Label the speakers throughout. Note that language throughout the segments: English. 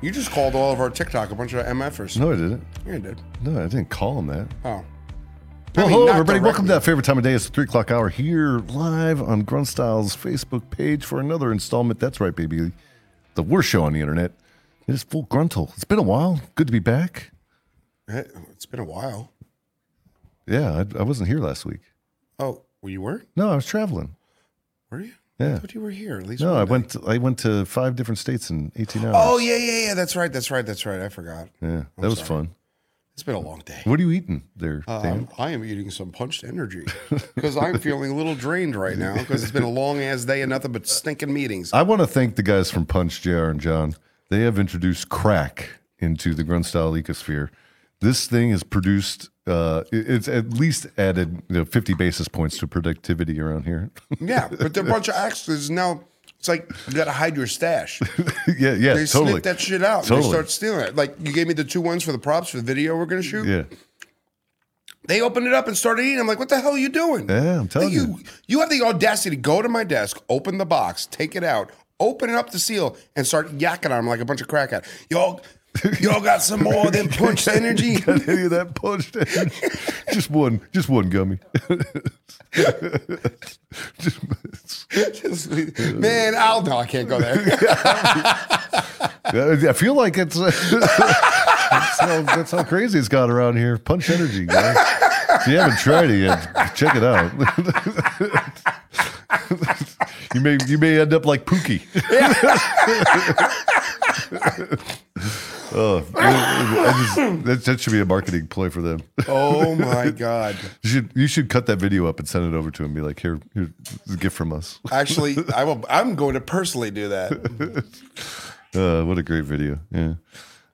Speaker 1: You just called all of our TikTok a bunch of MFers.
Speaker 2: No, I didn't.
Speaker 1: Yeah, you did.
Speaker 2: No, I didn't call him that.
Speaker 1: Oh. I
Speaker 2: Well,
Speaker 1: mean,
Speaker 2: hello,
Speaker 1: not
Speaker 2: everybody. Welcome to
Speaker 1: directly.
Speaker 2: that favorite time of day. It's the three o'clock hour here live on Grunt Styles Facebook page for another installment. That's right, baby. The worst show on the internet. It is full gruntle. It's been a while. Good to be back.
Speaker 1: Eh, It's been a while.
Speaker 2: Yeah, I, I wasn't here last week.
Speaker 1: Oh, well, you were?
Speaker 2: No, I was traveling.
Speaker 1: Were you? I
Speaker 2: Yeah.
Speaker 1: thought you were here. At least.
Speaker 2: No,
Speaker 1: one
Speaker 2: I
Speaker 1: day.
Speaker 2: went. To, I went to five different states in eighteen hours.
Speaker 1: Oh yeah, yeah, yeah. That's right. That's right. That's right. I forgot.
Speaker 2: yeah, that was fun.
Speaker 1: It's been a long day.
Speaker 2: What are you eating there, Dan?
Speaker 1: Um, I am eating some punched energy because I'm feeling a little drained right now because it's been a long ass day and nothing but stinking meetings.
Speaker 2: I want to thank the guys from Punch, JR, and John. They have introduced crack into the grunt style ecosphere. This thing has produced, uh, it- it's at least added you know, 50 basis points to productivity around here.
Speaker 1: Yeah, but they're a bunch of axes now. It's like you gotta hide your stash.
Speaker 2: yeah, yeah,
Speaker 1: They
Speaker 2: totally.
Speaker 1: snip that shit out. And they
Speaker 2: Totally.
Speaker 1: start stealing it. Like you gave me the two ones for the props for the video we're gonna shoot.
Speaker 2: yeah,
Speaker 1: They opened it up and started eating. I'm like, what the hell are you doing?
Speaker 2: yeah, I'm telling you.
Speaker 1: you you have the audacity to go to my desk, open the box, take it out, open up the seal, and start yakking on them like a bunch of crackheads. Y'all, y'all got some more of them punched energy?
Speaker 2: Got any of that punched energy? just one, just one gummy. Just-
Speaker 1: Just- man, I'll no, I can't go there.
Speaker 2: Uh, I feel like it's that's, how, that's how crazy it's got around here. Punch energy, guys. If you haven't tried it yet, check it out. you may you may end up like Pookie. oh, I- I just- that, that should be a marketing play for them.
Speaker 1: oh my god!
Speaker 2: You should you should cut that video up and send it over to him. Be like, here, here, this is a gift from us.
Speaker 1: Actually, I will. I'm going to personally do that.
Speaker 2: Uh, what a great video. Yeah.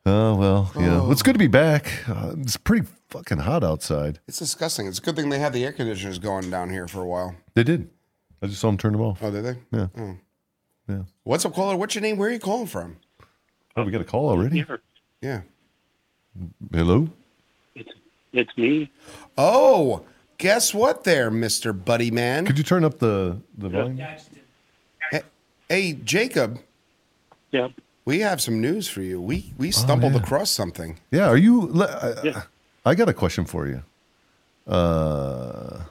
Speaker 2: Oh, well, yeah. Well, it's good to be back. Uh, it's pretty fucking hot outside.
Speaker 1: It's disgusting. It's a good thing they had the air conditioners going down here for a while.
Speaker 2: They did. I just saw them turn them off.
Speaker 1: Oh, did they?
Speaker 2: Yeah.
Speaker 1: Oh.
Speaker 2: Yeah.
Speaker 1: What's up, caller? What's your name? Where are you calling from?
Speaker 2: Oh, we got a call already?
Speaker 3: Here,
Speaker 1: Yeah.
Speaker 2: Hello?
Speaker 3: it's it's me.
Speaker 1: Oh, guess what, there, Mister Buddy Man.
Speaker 2: Could you turn up the, the volume?
Speaker 1: Hey, Jacob,
Speaker 3: Yeah,
Speaker 1: we have some news for you. We
Speaker 2: Oh,
Speaker 1: we stumbled across something.
Speaker 2: Yeah. Are you? le- I,
Speaker 3: Yeah.
Speaker 2: I got a question for you. Uh,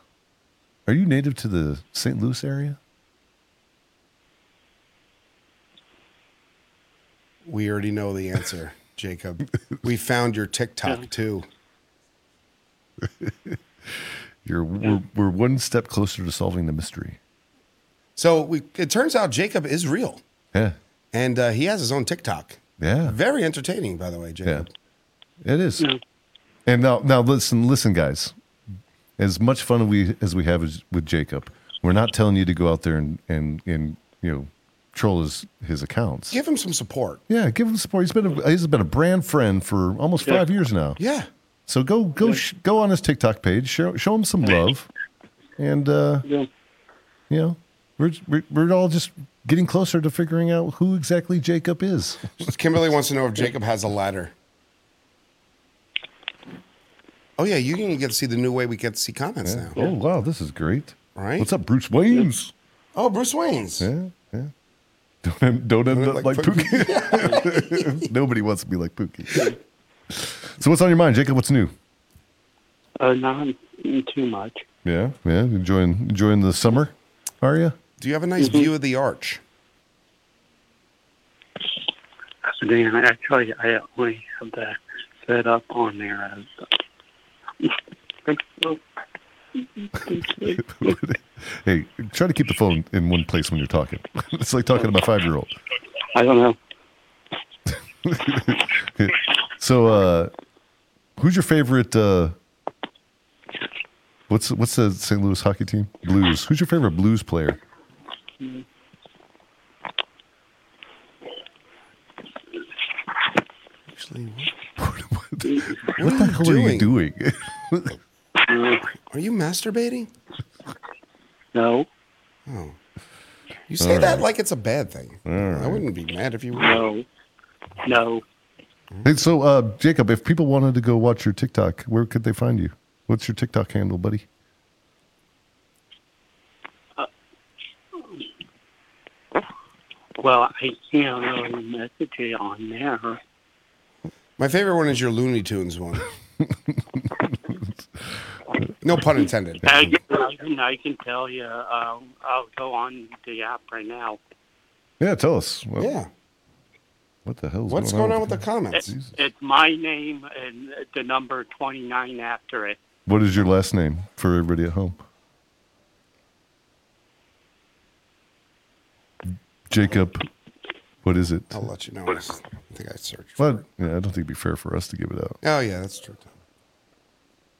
Speaker 2: are you native to the St. Louis area?
Speaker 1: We already know the answer, Jacob. We found your TikTok too.
Speaker 2: You're, we're, we're one step closer to solving the mystery.
Speaker 1: So we, it turns out Jacob is real,
Speaker 2: Yeah.
Speaker 1: and uh, he has his own TikTok.
Speaker 2: Yeah.
Speaker 1: Very entertaining, by the way, Jacob.
Speaker 2: It is.
Speaker 3: Yeah.
Speaker 2: And now, now listen, listen, guys. As much fun we as we have is with Jacob, we're not telling you to go out there and and, and you know troll his his accounts.
Speaker 1: Give him some support.
Speaker 2: Yeah, give him support. He's been a, he's been a brand friend for almost
Speaker 3: Yeah.
Speaker 2: five years now.
Speaker 1: Yeah,
Speaker 2: So go go sh- go on his TikTok page, show show him some love, and uh,
Speaker 3: yeah,
Speaker 2: you know we're, we're we're all just getting closer to figuring out who exactly Jacob is.
Speaker 1: Kimberly wants to know if Jacob has a ladder. Oh yeah, you can get to see the new way we get to see comments now.
Speaker 2: Oh wow, this is great.
Speaker 1: Right?
Speaker 2: What's up, Bruce Wayne's?
Speaker 1: Oh, Bruce Wayne's.
Speaker 2: Yeah, yeah. Don't end, don't end up
Speaker 1: like
Speaker 2: like,
Speaker 1: Pookie.
Speaker 2: Pookie. Nobody wants to be like Pookie. so what's on your mind, Jacob? What's new?
Speaker 3: uh, not too much.
Speaker 2: Yeah, yeah. Enjoying enjoying the summer, are you?
Speaker 1: Do you have a nice view of the arch?
Speaker 3: Dan, actually, I only have that set up on there as.
Speaker 2: hey, try to keep the phone in one place when you're talking. it's like talking to my five year old.
Speaker 3: I don't know.
Speaker 2: So, uh, who's your favorite? Uh, what's what's the St. Louis hockey team? Blues. Who's your favorite blues player?
Speaker 1: Actually, what?
Speaker 2: what
Speaker 1: What,
Speaker 2: the hell are you doing?
Speaker 1: Are you masturbating?
Speaker 3: No,
Speaker 1: Oh. You say that like it's a bad thing. I wouldn't be mad if you were.
Speaker 3: no, no.
Speaker 2: Hey, so, uh, Jacob, if people wanted to go watch your TikTok, where could they find you? What's your TikTok handle, buddy?
Speaker 3: Well, I can't really message you on there.
Speaker 1: My favorite one is your Looney Tunes one. no pun intended.
Speaker 3: I, can, I can tell you, uh, I'll go on the app right now.
Speaker 2: Yeah, tell us. What,
Speaker 1: Yeah.
Speaker 2: what the hell's
Speaker 1: What's
Speaker 2: going,
Speaker 1: going on with the comments?
Speaker 3: It, it's my name and the number 29 after it.
Speaker 2: What is your last name for everybody at home? Jacob. What is it?
Speaker 1: I'll let you know. I think I searched.
Speaker 2: Well, yeah, I don't think it'd be fair for us to give it out.
Speaker 1: Oh yeah, that's true.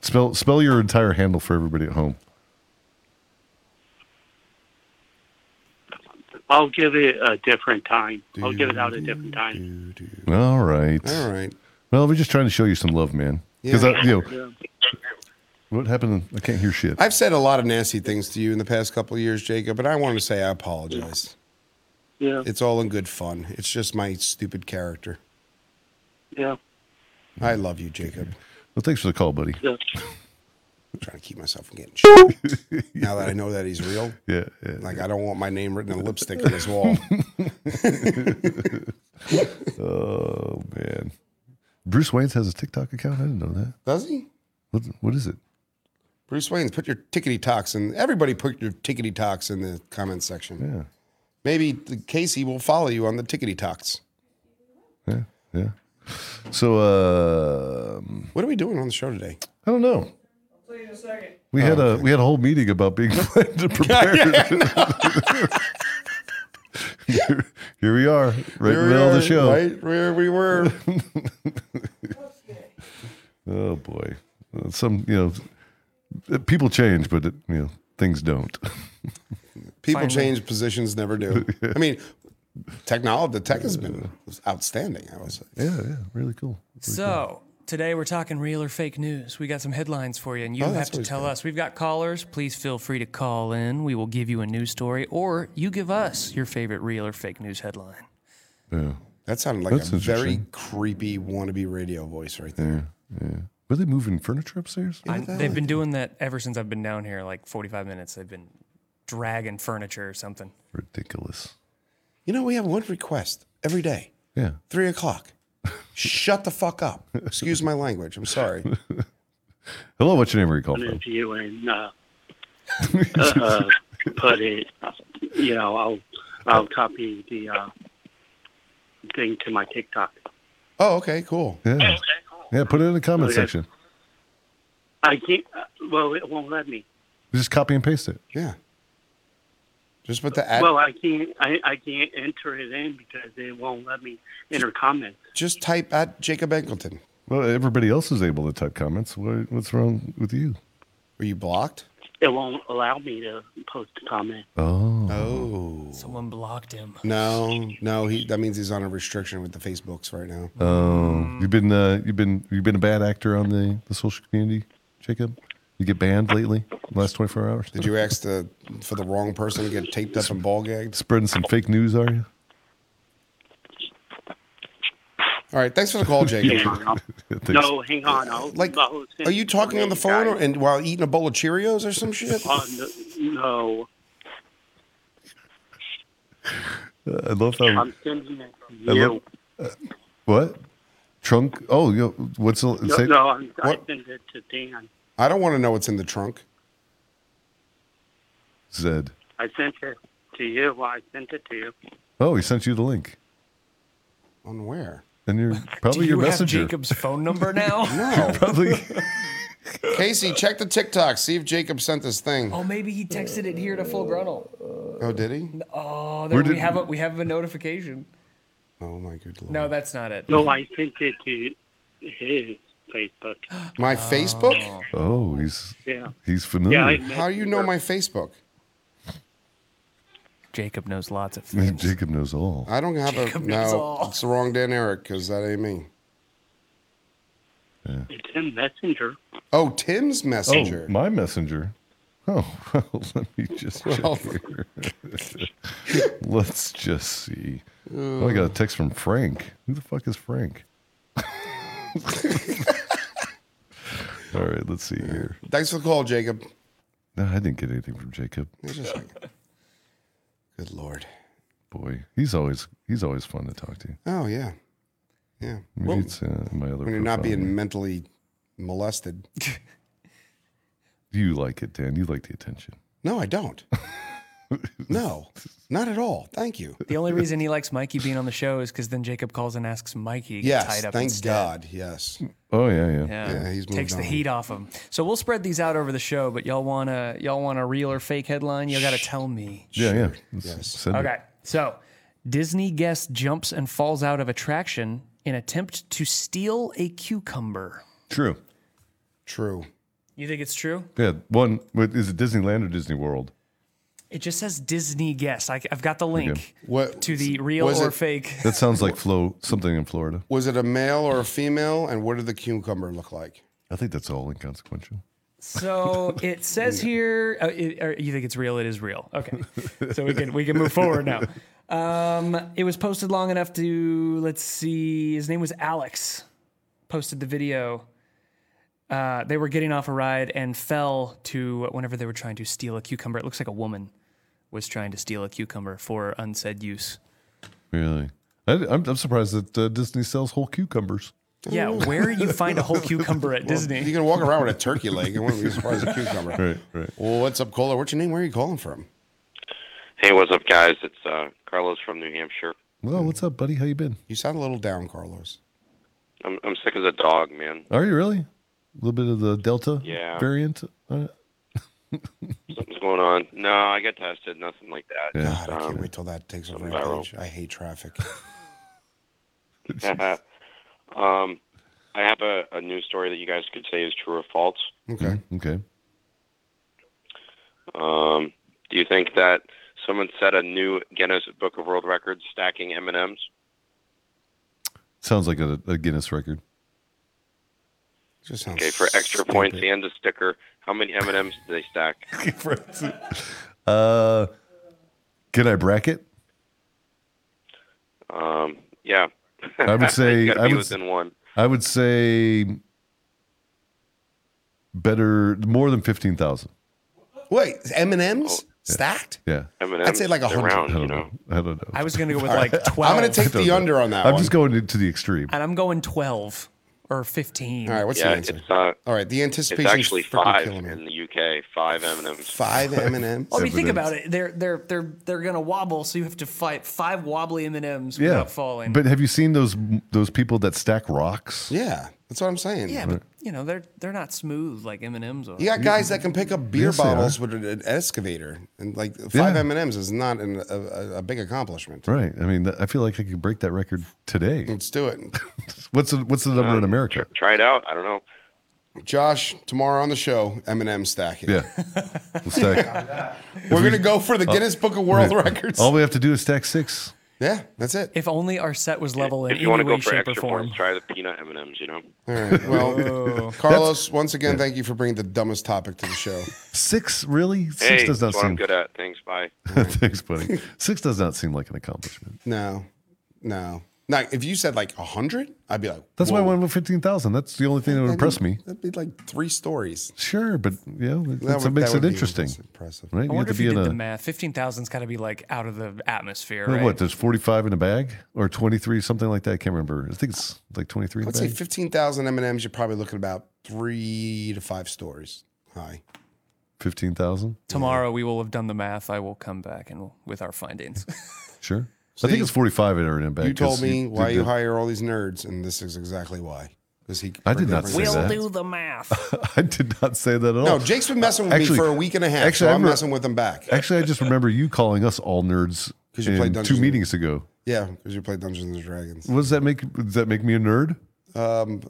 Speaker 2: Spell spell your entire handle for everybody at home.
Speaker 3: I'll give it a different time. I'll
Speaker 1: Do,
Speaker 3: give it out a
Speaker 1: do,
Speaker 3: different time.
Speaker 1: do, do.
Speaker 2: All right.
Speaker 1: All right.
Speaker 2: Well, we're just trying to show you some love, man. Because
Speaker 1: Yeah.
Speaker 2: you know
Speaker 3: Yeah.
Speaker 2: what happened. I can't hear shit.
Speaker 1: I've said a lot of nasty things to you in the past couple of years, Jacob, and I want to say I apologize.
Speaker 3: Yeah.
Speaker 1: It's all in good fun. It's just my stupid character.
Speaker 3: Yeah.
Speaker 1: I love you, Jacob.
Speaker 2: Well, thanks for the call, buddy.
Speaker 3: yeah.
Speaker 1: I'm trying to keep myself from getting shit. Now that I know that he's real,
Speaker 2: Yeah. yeah.
Speaker 1: like I don't want my name written in lipstick on his wall.
Speaker 2: Oh man. Bruce Wayne's has a TikTok account. I didn't know that.
Speaker 1: Does he?
Speaker 2: What, what is it?
Speaker 1: Bruce Wayne's put your tickety tocks in. Everybody put your tickety tocks in the comment section.
Speaker 2: Yeah.
Speaker 1: Maybe Casey will follow you on the tickety tocks.
Speaker 2: Yeah. Yeah. So uh,
Speaker 1: What are we doing on the show today?
Speaker 2: I don't know.
Speaker 4: See you in a second.
Speaker 2: We had a we had a whole meeting about being planned and prepared. here, here we are, right in the
Speaker 1: Here we
Speaker 2: middle
Speaker 1: are,
Speaker 2: of the show.
Speaker 1: Right where we were.
Speaker 2: Oh boy, Uh, some you know, uh, people change, but it, you know things don't.
Speaker 1: People change, positions never do. I mean, technology, the tech has been outstanding. I was
Speaker 2: yeah, yeah, really cool.
Speaker 4: So today we're talking real or fake news. We got some headlines for you, and
Speaker 2: Oh,
Speaker 4: you
Speaker 1: that's
Speaker 4: have to
Speaker 1: always
Speaker 4: tell us. We've got callers. Please feel free to call in. We will give you a news story, or you give us your favorite real or fake news headline.
Speaker 2: Yeah,
Speaker 1: that sounded like
Speaker 2: That's
Speaker 1: a very
Speaker 2: interesting.
Speaker 1: creepy wannabe radio voice right there.
Speaker 2: yeah. Were they moving furniture upstairs?
Speaker 4: I, they've been doing that ever since I've been down here, like 45 minutes. They've been dragging furniture or something.
Speaker 2: Ridiculous.
Speaker 1: You know, we have one request every day,
Speaker 2: Yeah,
Speaker 1: three o'clock. Shut the fuck up. Excuse my language. I'm sorry.
Speaker 2: Hello, what's your name? Where you call from?
Speaker 3: If you and uh, uh, put it, you know, I'll I'll copy the uh, thing to my TikTok.
Speaker 1: Oh, okay, cool.
Speaker 2: Yeah, yeah. Put it in the comment
Speaker 3: Okay.
Speaker 2: section.
Speaker 3: I can't. uh, Well, it won't let me.
Speaker 2: Just copy and paste it.
Speaker 1: Yeah. Just put the ad.
Speaker 3: Well, I can't. I, I can't enter it in because it won't let me enter comments.
Speaker 1: just type at Jacob Angleton.
Speaker 2: Well, everybody else is able to type comments. What, what's wrong with you?
Speaker 1: Were you blocked?
Speaker 3: It won't allow me to post a comment.
Speaker 2: Oh,
Speaker 1: Oh.
Speaker 4: Someone blocked him.
Speaker 1: No, no. He that means he's on a restriction with the Facebooks right now.
Speaker 2: oh. You've been uh, you've been you've been a bad actor on the the social community, Jacob. You get banned lately. Last twenty four hours.
Speaker 1: Did you ask the for the wrong person to get taped up and ball gagged?
Speaker 2: spreading some fake news, are you?
Speaker 1: All right, thanks for the call,
Speaker 3: Hang
Speaker 1: Jacob.
Speaker 3: on, I'll-
Speaker 2: Thanks.
Speaker 3: no, hang on. I'll,
Speaker 1: Like,
Speaker 3: I'll send
Speaker 1: are you
Speaker 3: it to
Speaker 1: talking on the phone
Speaker 3: guys.
Speaker 1: or, and while eating a bowl of Cheerios or some shit?
Speaker 3: Uh, n- no,
Speaker 2: Uh, I love how
Speaker 3: I'm sending it to
Speaker 2: I
Speaker 3: you.
Speaker 2: love- what trunk. Oh, you know, what's the
Speaker 3: No,
Speaker 2: say,
Speaker 3: no I'm, I
Speaker 1: What?
Speaker 3: sent it to Dan.
Speaker 1: I don't want to know what's in the trunk.
Speaker 2: Zed?
Speaker 3: I sent it to you. Well, I sent it to you.
Speaker 2: Oh, he sent you the link,
Speaker 1: On where?
Speaker 2: and you're
Speaker 4: Do
Speaker 2: probably
Speaker 4: you
Speaker 2: your
Speaker 4: have
Speaker 2: messenger.
Speaker 4: Jacob's phone number now?
Speaker 1: No.
Speaker 2: Probably.
Speaker 1: Casey, check the TikTok. See if Jacob sent this thing.
Speaker 4: oh, maybe he texted it here to Full Gruntle.
Speaker 1: Oh, did he?
Speaker 4: Oh,
Speaker 2: Where
Speaker 4: there we
Speaker 2: did-
Speaker 4: have a, we have a notification.
Speaker 1: Oh my good lord.
Speaker 4: No, that's not it.
Speaker 3: No, I sent it to his Facebook.
Speaker 1: My Facebook?
Speaker 2: Oh, he's
Speaker 3: Yeah.
Speaker 2: he's
Speaker 3: Yeah,
Speaker 2: familiar.
Speaker 3: I
Speaker 1: How do you know my Facebook?
Speaker 4: Jacob knows lots of things.
Speaker 2: Jacob knows all.
Speaker 1: I don't have
Speaker 4: Jacob
Speaker 1: a
Speaker 4: knows
Speaker 1: no.
Speaker 4: all.
Speaker 1: It's the wrong Dan Eric because that ain't me.
Speaker 3: it's in Messenger.
Speaker 1: Oh, Tim's
Speaker 2: Oh,
Speaker 1: messenger.
Speaker 2: my messenger. Oh, well, let me just check here. Let's just see. Oh, I got a text from Frank. Who the fuck is Frank? All right, let's see here.
Speaker 1: Thanks for the call, Jacob.
Speaker 2: No, I didn't get anything from Jacob.
Speaker 1: Wait just a second. Good lord.
Speaker 2: boy. He's always he's always fun to talk to.
Speaker 1: Oh yeah, yeah.
Speaker 2: Maybe
Speaker 1: Well,
Speaker 2: it's uh, my other.
Speaker 1: when you're not
Speaker 2: profile.
Speaker 1: being mentally molested.
Speaker 2: you like it, Dan. You like the attention.
Speaker 1: No, I don't. no, not at all. Thank you.
Speaker 4: The only reason he likes Mikey being on the show is because then Jacob calls and asks Mikey. to get
Speaker 1: Yes,
Speaker 4: tied up
Speaker 1: thank
Speaker 4: instead.
Speaker 1: God. Yes.
Speaker 2: Oh yeah, yeah.
Speaker 4: Yeah,
Speaker 1: Yeah, he's moved
Speaker 4: takes
Speaker 1: on.
Speaker 4: the heat off him. So we'll spread these out over the show, but y'all wanna y'all want a real or fake headline? You all gotta tell me.
Speaker 2: Yeah, yeah. Let's send it.
Speaker 4: Okay, so Disney guest jumps and falls out of attraction in attempt to steal a cucumber.
Speaker 2: True.
Speaker 1: True.
Speaker 4: You think it's true?
Speaker 2: Yeah. One. But is it Disneyland or Disney World?
Speaker 4: It just says Disney guest. I, I've got the link
Speaker 1: What
Speaker 4: to the real
Speaker 1: was
Speaker 4: or
Speaker 1: it-
Speaker 4: fake.
Speaker 2: That sounds like Flo something in Florida.
Speaker 1: Was it a male or a female? And what did the cucumber look like?
Speaker 2: I think that's all inconsequential.
Speaker 4: So it says here, uh, it, or you think it's real? It is real. Okay, so we can we can move forward now. Um, it was posted long enough to let's see. His name was Alex. Posted the video. Uh, they were getting off a ride and fell to whenever they were trying to steal a cucumber. It looks like a woman was trying to steal a cucumber for unsaid use.
Speaker 2: Really. I, I'm, I'm surprised that uh, Disney sells whole cucumbers.
Speaker 4: Yeah, where you find a whole cucumber at
Speaker 1: You
Speaker 4: Disney?
Speaker 1: can walk around with a turkey leg and wouldn't be surprised a cucumber.
Speaker 2: Right, right.
Speaker 1: Well, what's up, Kohler? What's your name? Where are you calling from?
Speaker 5: Hey, what's up, guys? It's uh, Carlos from New Hampshire.
Speaker 2: Well, what's up, buddy? How you been?
Speaker 1: You sound a little down, Carlos.
Speaker 5: I'm I'm sick as a dog, man.
Speaker 2: Are you really? A little bit of the Delta
Speaker 5: Yeah.
Speaker 2: variant. Uh,
Speaker 5: Something's going on. No, I got tested. Nothing like that.
Speaker 2: Yeah.
Speaker 1: God, I
Speaker 5: Um,
Speaker 1: can't wait till that takes a
Speaker 5: something
Speaker 1: rampage. I hate traffic.
Speaker 5: um, I have a, a news story that you guys could say is true or false.
Speaker 1: Okay.
Speaker 2: mm, okay.
Speaker 5: Um, do you think that someone set a new Guinness Book of World Records stacking M and M's?
Speaker 2: Sounds like a, a Guinness record.
Speaker 1: Just sounds
Speaker 5: Okay, for extra
Speaker 1: stupid.
Speaker 5: points and a sticker, how many M and M's do they stack?
Speaker 2: uh, can I bracket?
Speaker 5: Um, yeah.
Speaker 2: I would say-
Speaker 5: gotta
Speaker 2: I
Speaker 5: be
Speaker 2: would s-
Speaker 5: within one.
Speaker 2: I would say better, more than 15,000.
Speaker 1: Wait, M and
Speaker 5: Oh,
Speaker 1: M's stacked?
Speaker 2: Yeah.
Speaker 5: M and
Speaker 1: I'd
Speaker 5: M's.
Speaker 1: say like a hundred.
Speaker 2: I
Speaker 5: Around,
Speaker 2: don't
Speaker 5: you know.
Speaker 2: know. I don't know.
Speaker 4: I was gonna go with like twelve.
Speaker 1: I'm going to take
Speaker 2: don't
Speaker 1: the
Speaker 2: know.
Speaker 1: under on that
Speaker 2: I'm
Speaker 1: one.
Speaker 2: just going into the extreme.
Speaker 4: and I'm going twelve or fifteen.
Speaker 1: All right, what's
Speaker 5: Yeah,
Speaker 1: the answer?
Speaker 5: it's uh,
Speaker 1: All right, the
Speaker 5: it's
Speaker 1: anticipation
Speaker 5: actually five
Speaker 1: killing
Speaker 5: in
Speaker 1: me.
Speaker 5: the UK. Five M and M's.
Speaker 1: Five M and M's.
Speaker 4: Well, I mean, think
Speaker 2: evidence.
Speaker 4: about it. They're they're they're they're gonna wobble, so you have to fight five wobbly M and M's
Speaker 2: yeah.
Speaker 4: without falling.
Speaker 2: But have you seen those those people that stack rocks?
Speaker 1: Yeah, that's what I'm saying.
Speaker 4: yeah, but you know they're they're not smooth like M and M's are.
Speaker 1: You got guys that can pick up beer
Speaker 2: Yes, they
Speaker 1: bottles with an, an excavator, and like five M and M's is not an, a, a, a big accomplishment.
Speaker 2: Right. I mean, th- I feel like I could break that record today.
Speaker 1: Let's do it,
Speaker 2: What's the, what's the number in America?
Speaker 5: Try it out. I don't know.
Speaker 1: Josh. Tomorrow on the show, M and M stacking.
Speaker 2: Yeah. We'll stack.
Speaker 1: we're gonna go for the Guinness Book of World
Speaker 2: Oh.
Speaker 1: Records.
Speaker 2: All we have to do is stack six.
Speaker 1: yeah, that's it.
Speaker 4: If only our set was level in
Speaker 5: If
Speaker 4: any
Speaker 5: you want to
Speaker 4: way,
Speaker 5: go for
Speaker 4: shape, or
Speaker 5: extra
Speaker 4: form.
Speaker 5: points, try the peanut M and M's. You know.
Speaker 1: All right. Well, Carlos, once again, thank you for bringing the dumbest topic to the show.
Speaker 2: Six, really? Six
Speaker 5: Hey,
Speaker 2: does not
Speaker 5: that's what I'm
Speaker 2: seem.
Speaker 5: good at. Thanks. Bye.
Speaker 2: Thanks, buddy. Six does not seem like an accomplishment.
Speaker 1: No, no. Now, if you said like hundred, I'd be like,
Speaker 2: That's why I
Speaker 1: whoa.
Speaker 2: went with 15,000. That's the only thing that would impress me.
Speaker 1: That'd be like three stories.
Speaker 2: Sure, but you know, that,
Speaker 1: That
Speaker 2: that's
Speaker 1: would-
Speaker 2: what makes
Speaker 1: that
Speaker 2: it
Speaker 1: would be
Speaker 2: interesting.
Speaker 1: Impressive.
Speaker 2: Right?
Speaker 4: I
Speaker 2: you have
Speaker 4: wonder
Speaker 2: to
Speaker 4: if
Speaker 2: be
Speaker 4: you
Speaker 2: in
Speaker 4: did the
Speaker 2: a.
Speaker 4: math. Fifteen thousand's got to be like out of the atmosphere,
Speaker 2: Well,
Speaker 4: right?
Speaker 2: What? uh, There's 45 in a bag or 23, something like that. I can't remember. I think it's like 23 in a
Speaker 1: Let's say
Speaker 2: bag.
Speaker 1: fifteen thousand M and M's. You're probably looking about three to five stories high.
Speaker 2: 15,000.
Speaker 4: Tomorrow we will have done the math. I will come back and we'll, with our findings.
Speaker 2: Sure. I think it's 45 in a bag.
Speaker 1: You told
Speaker 2: 'cause
Speaker 1: me
Speaker 2: did
Speaker 1: why you
Speaker 2: the-
Speaker 1: hire all these nerds, and this is exactly why. Because he,
Speaker 2: I did not say
Speaker 4: we'll
Speaker 2: that.
Speaker 4: do the math.
Speaker 2: I did not say that at all.
Speaker 1: No, Jake's been messing with
Speaker 2: Oh, Actually-
Speaker 1: me for a week and a half,
Speaker 2: actually,
Speaker 1: so
Speaker 2: I
Speaker 1: I'm
Speaker 2: re-
Speaker 1: messing with him back.
Speaker 2: Actually, I just remember you calling us all nerds
Speaker 1: 'Cause you
Speaker 2: in
Speaker 1: played
Speaker 2: two
Speaker 1: Dungeons and-
Speaker 2: meetings ago.
Speaker 1: Yeah, because you play Dungeons and Dragons.
Speaker 2: What does that make? Does that make me a nerd?
Speaker 1: Um,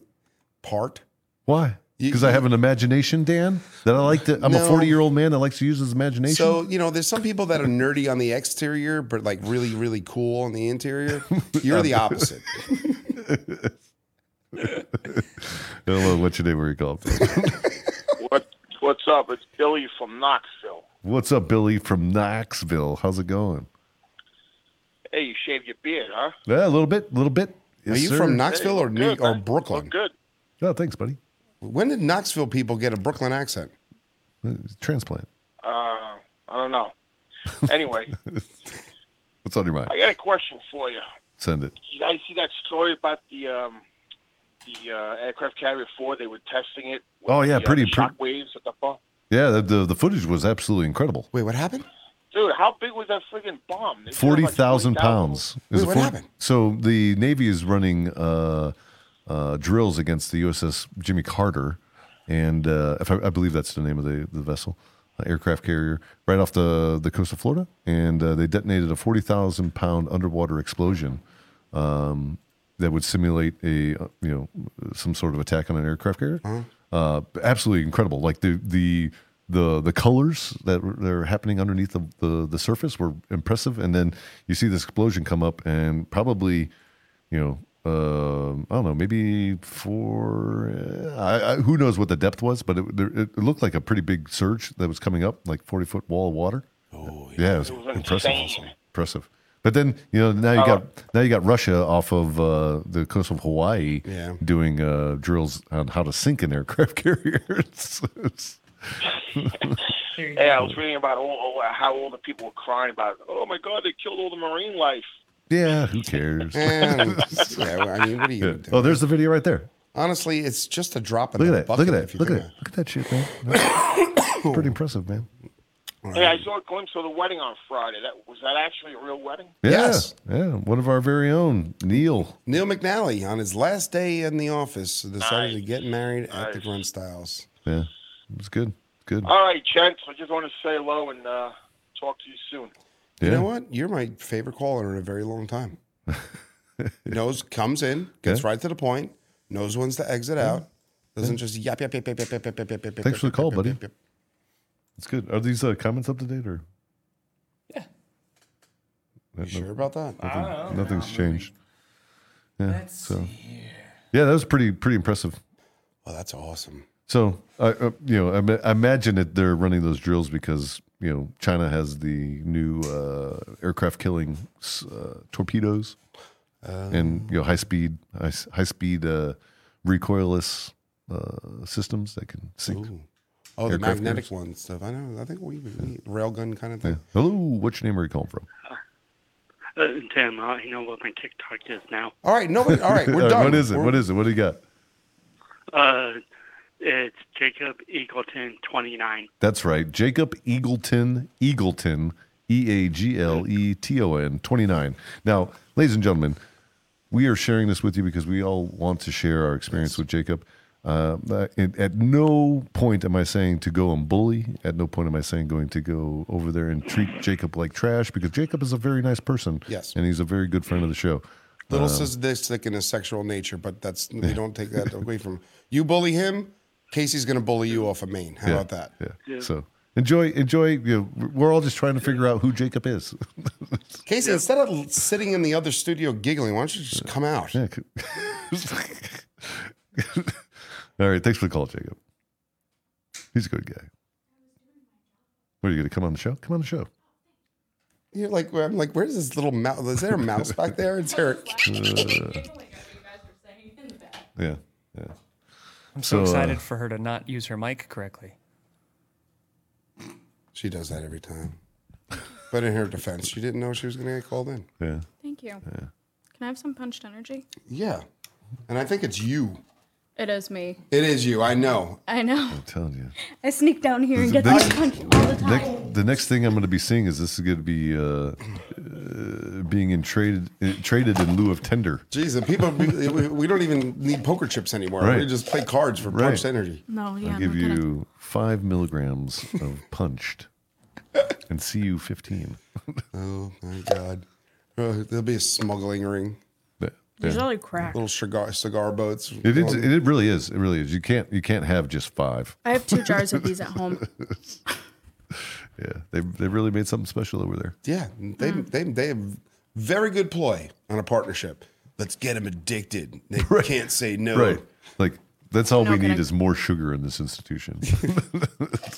Speaker 1: part.
Speaker 2: Why?
Speaker 1: You-
Speaker 2: Because I have an imagination, Dan. That I like to. I'm a
Speaker 1: No.
Speaker 2: 40 year old man that likes to use his imagination.
Speaker 1: So you know, there's some people that are nerdy on the exterior, but like really, really cool on the interior. You're the opposite.
Speaker 2: Hello, what's your name? Where you call from?
Speaker 6: What What's up? It's Billy from Knoxville.
Speaker 2: what's up, Billy from Knoxville? How's it going?
Speaker 6: Hey, you shaved your beard, huh?
Speaker 2: Yeah, a little bit, a little bit.
Speaker 1: Are
Speaker 2: Yes,
Speaker 1: you
Speaker 2: sir.
Speaker 1: from
Speaker 6: Hey,
Speaker 1: Knoxville or
Speaker 6: look
Speaker 1: New,
Speaker 6: good,
Speaker 1: or
Speaker 6: man. Look
Speaker 1: Brooklyn?
Speaker 6: good.
Speaker 2: Oh, thanks, buddy.
Speaker 1: When did Knoxville people get a Brooklyn accent?
Speaker 2: Uh, Transplant.
Speaker 6: Uh, I don't know. Anyway,
Speaker 2: What's on your mind?
Speaker 6: I got a question for you.
Speaker 2: Send it.
Speaker 6: You guys see that story about the um, the uh, aircraft carrier four? They were testing it. with
Speaker 2: Oh, yeah,
Speaker 6: the,
Speaker 2: pretty-
Speaker 6: uh, the shock waves at the bomb.
Speaker 2: Yeah, the, the the footage was absolutely incredible.
Speaker 1: Wait, what happened?
Speaker 6: Dude, how big was that friggin' bomb? They said about
Speaker 2: Forty thousand
Speaker 6: 40,000.
Speaker 2: pounds. It
Speaker 1: Wait,
Speaker 2: was a
Speaker 1: what
Speaker 2: four-
Speaker 1: happened?
Speaker 2: So the Navy is running uh, uh, drills against the USS Jimmy Carter, and uh, if I, I believe that's the name of the the vessel, uh, aircraft carrier, right off the the coast of Florida, and uh, they detonated a forty thousand pound underwater explosion. Um, that would simulate a uh, you know some sort of attack on an aircraft carrier. Uh, absolutely incredible! Like the the the the colors that were- that are happening underneath the, the the surface were impressive, and then you see this explosion come up, and probably you know. um I don't know, maybe four. uh, I, I, who knows what the depth was, but it, there, it looked like a pretty big surge that was coming up, like forty foot wall of water. Oh, yeah, it was
Speaker 6: was
Speaker 2: impressive.
Speaker 6: insane.
Speaker 2: Impressive. But then you know now you
Speaker 1: Oh.
Speaker 2: got now you got Russia off of uh, the coast of Hawaii
Speaker 1: Yeah.
Speaker 2: doing uh, drills on how to sink an aircraft carrier. It's- it's-
Speaker 6: Yeah, I was reading about all, all, uh, how all the people were crying about. Oh my God, they killed all the marine life.
Speaker 2: yeah, who cares?
Speaker 1: And, yeah, well, I mean, what are you doing?
Speaker 2: oh, there's the video right there.
Speaker 1: Honestly, it's just a drop in
Speaker 2: Look
Speaker 1: the
Speaker 2: at that!
Speaker 1: bucket.
Speaker 2: Look at
Speaker 1: if
Speaker 2: that!
Speaker 1: you
Speaker 2: Look at
Speaker 1: can,
Speaker 2: that! Look at that shit, man. That's pretty impressive, man.
Speaker 6: Hey, I saw a glimpse of the wedding on Friday. That was that actually a real wedding?
Speaker 2: Yeah,
Speaker 1: Yes.
Speaker 2: yeah. One of our very own Neil.
Speaker 1: Neil McNally, on his last day in the office, decided to get married at the Grunt Styles.
Speaker 2: Yeah, it was good. Good.
Speaker 6: All right, gents. I just want to say hello and uh, talk to you soon.
Speaker 2: yeah.
Speaker 1: You know what? You're my favorite caller in a very long time. knows comes in, gets
Speaker 2: Yeah.
Speaker 1: right to the point, knows when's to exit out, doesn't just yap yap yap yap yap yap yap yap. yap,
Speaker 2: Thanks for the
Speaker 1: yap,
Speaker 2: call,
Speaker 1: yap,
Speaker 2: buddy.
Speaker 1: yap, yap.
Speaker 2: It's good. Are these uh, comments up to date or
Speaker 1: You sure about that?
Speaker 2: nothing's changed? Yeah.
Speaker 4: Let's
Speaker 2: so. Yeah, that was pretty pretty impressive.
Speaker 1: Well, Oh, that's awesome.
Speaker 2: So, I uh, you know, I, ma- I imagine that they're running those drills because you know China has the new uh, aircraft killing s- uh, torpedoes
Speaker 1: Um.
Speaker 2: and you know high speed high, s- high speed uh, recoilless uh, systems that can sink.
Speaker 1: Oh, the
Speaker 2: Aircraft
Speaker 1: magnetic
Speaker 2: carriers.
Speaker 1: one stuff. I know. I think we, we railgun kind of
Speaker 2: Yeah.
Speaker 1: thing.
Speaker 2: Hello, what's your name? Are you calling from?
Speaker 3: Uh, Tim, I know what my TikTok is now.
Speaker 1: All right, nobody. All right,
Speaker 2: All
Speaker 1: we're
Speaker 2: right,
Speaker 1: done.
Speaker 2: What is it?
Speaker 1: We're-
Speaker 2: What is it? What do you got?
Speaker 3: Uh, it's Jacob Eagleton, 29.
Speaker 2: That's right, Jacob Eagleton Eagleton E A G L E T O N twenty nine. Now, ladies and gentlemen. we are sharing this with you because we all want to share our experience with Jacob. Uh, and at no point am I saying to go and bully. At no point am I saying going to go over there and treat Jacob like trash because Jacob is a very nice person.
Speaker 1: Yes.
Speaker 2: And he's a very good friend of the show.
Speaker 1: Little
Speaker 2: Uh,
Speaker 1: sadistic in his sexual nature, but that's we don't take that away from you. Bully him, Casey's going to bully you off a of main. How about that?
Speaker 2: Yeah. So enjoy, enjoy. You know, we're all just trying to figure out who Jacob is.
Speaker 1: Casey, instead of sitting in the other studio giggling, why don't you just come out?
Speaker 2: Yeah. All right. Thanks for the call, Jacob. He's a good guy. What are you going to come on the show? Come on the show.
Speaker 1: You're like, I'm like, where's this little mouse? Is there a mouse back there? Is there?
Speaker 2: Yeah. Yeah.
Speaker 4: I'm so
Speaker 2: So, uh,
Speaker 4: excited for her to not use her mic correctly.
Speaker 1: She does that every time. But in her defense, she didn't know she was going to get called in.
Speaker 2: Yeah.
Speaker 7: Thank you. Can I have some punched energy?
Speaker 1: Yeah, and I think it's you.
Speaker 7: It is me.
Speaker 1: It is you. I know.
Speaker 7: I know.
Speaker 2: I'm telling you.
Speaker 7: I sneak down here and
Speaker 2: This-
Speaker 7: get
Speaker 2: this-
Speaker 7: this punched all the time.
Speaker 2: Next, the next thing I'm going to be seeing is this is going to be uh, uh, being in traded uh, traded in lieu of tender.
Speaker 1: Jeez, the people. We, we- we don't even need poker chips anymore. We
Speaker 2: Right.
Speaker 1: just play cards for
Speaker 2: Right.
Speaker 1: punched energy.
Speaker 7: No, yeah,
Speaker 2: I'll
Speaker 7: I'm
Speaker 2: give
Speaker 7: not gonna.
Speaker 2: you five milligrams of punched and see you 15.
Speaker 1: Oh my god. Uh, there'll be a smuggling ring,
Speaker 2: Yeah.
Speaker 7: There's only crack.
Speaker 1: little cigar cigar boats.
Speaker 2: It, is, it really is. It really is. You can't you can't have just five.
Speaker 7: I have two jars of these at home.
Speaker 2: Yeah, they they really made something special over there.
Speaker 1: Yeah, they, they they have very good ploy on a partnership. Let's get them addicted. They can't say no.
Speaker 2: Right, like that's all we
Speaker 7: Okay.
Speaker 2: need is more sugar in this institution.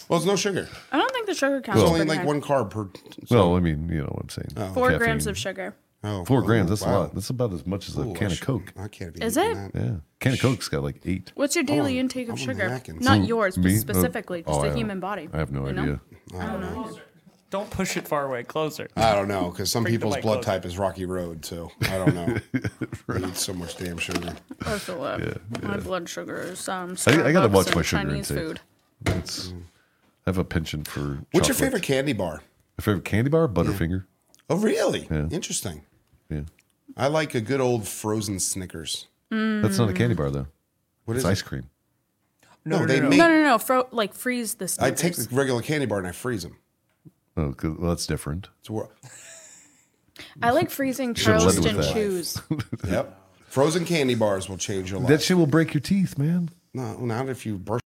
Speaker 1: Well, it's no sugar.
Speaker 7: I don't think the sugar counts.
Speaker 1: It's
Speaker 7: as
Speaker 1: only
Speaker 7: pretty
Speaker 1: like
Speaker 7: high.
Speaker 1: one carb per.
Speaker 2: well, I mean, you know what I'm saying.
Speaker 7: Four
Speaker 2: Caffeine.
Speaker 7: grams of sugar.
Speaker 1: Oh,
Speaker 2: Four
Speaker 1: oh,
Speaker 2: grams. That's
Speaker 1: wow.
Speaker 2: a lot. That's about as much as a
Speaker 1: Ooh, I
Speaker 2: can of
Speaker 1: should-
Speaker 2: Coke.
Speaker 1: I can't be.
Speaker 7: Is
Speaker 1: eating
Speaker 7: it?
Speaker 1: That.
Speaker 2: Yeah, can of Coke's got like eight.
Speaker 7: What's your daily
Speaker 2: Oh,
Speaker 1: on.
Speaker 7: intake of
Speaker 1: I'm on
Speaker 7: sugar?
Speaker 1: napkins.
Speaker 7: Not yours, but
Speaker 2: me? Oh,
Speaker 7: specifically,
Speaker 2: oh,
Speaker 7: just
Speaker 2: I
Speaker 7: the
Speaker 2: don't-
Speaker 7: human body.
Speaker 2: I have no
Speaker 7: you know?
Speaker 2: idea.
Speaker 7: I don't know.
Speaker 4: Don't push it far away. Closer.
Speaker 1: I don't know because some
Speaker 4: Bring the
Speaker 1: people's
Speaker 4: mic
Speaker 1: blood
Speaker 4: closer.
Speaker 1: type is Rocky Road, so I don't know. They eat so much damn sugar.
Speaker 7: That's a lot. My blood sugar is um.
Speaker 2: I- I gotta
Speaker 7: Starbucks
Speaker 2: watch my
Speaker 7: and
Speaker 2: sugar
Speaker 7: Chinese
Speaker 2: intake.
Speaker 7: food.
Speaker 2: It's, I have a penchant for.
Speaker 1: What's your
Speaker 2: chocolate.
Speaker 1: favorite candy bar?
Speaker 2: My favorite candy bar? Butterfinger.
Speaker 1: Oh, really? Interesting.
Speaker 2: Yeah.
Speaker 1: I like a good old frozen Snickers.
Speaker 2: That's not a
Speaker 7: Mm.
Speaker 2: candy bar though.
Speaker 1: What
Speaker 2: It's
Speaker 1: is
Speaker 2: ice
Speaker 1: it?
Speaker 2: cream.
Speaker 1: No, they make.
Speaker 7: No, no, no. Fro- like freeze the
Speaker 1: I
Speaker 7: Snickers.
Speaker 1: take the regular candy bar and I freeze them.
Speaker 2: Oh, 'cause- well, that's different.
Speaker 1: It's wor-
Speaker 7: I like freezing
Speaker 2: led with
Speaker 7: Charleston
Speaker 2: that.
Speaker 7: chews.
Speaker 1: yep. Frozen candy bars will change your life.
Speaker 2: That shit will break your teeth, man.
Speaker 1: no, not if you brush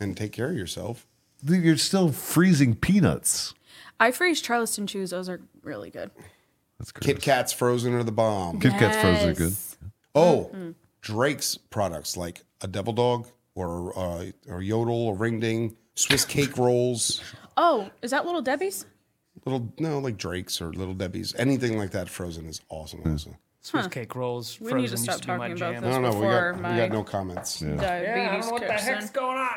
Speaker 1: and take care of yourself.
Speaker 2: Dude, You're still freezing peanuts.
Speaker 7: I freeze Charleston chews. Those are really good.
Speaker 2: That's gross.
Speaker 1: Kit Kat's frozen are the bomb.
Speaker 2: Kit Kat's frozen are
Speaker 7: Yes.
Speaker 2: good.
Speaker 1: Oh,
Speaker 7: Mm-hmm.
Speaker 1: Drake's products like a Devil Dog or uh, or Yodel or Ring Ding, Swiss cake rolls,
Speaker 7: Oh, is that Little Debbie's?
Speaker 1: little no like Drake's or Little Debbie's, anything like that. Frozen is awesome.
Speaker 2: Mm.
Speaker 1: Also,
Speaker 4: Swiss cake rolls.
Speaker 7: We need to
Speaker 4: frozen
Speaker 7: stop
Speaker 4: used be my
Speaker 7: talking about
Speaker 4: jam.
Speaker 1: I
Speaker 7: this.
Speaker 1: don't know. We
Speaker 7: Before
Speaker 1: got, we
Speaker 7: my-
Speaker 1: got no comments.
Speaker 4: Yeah, I don't
Speaker 7: Diabetes
Speaker 4: know what the
Speaker 7: kicks in.
Speaker 4: heck's going on.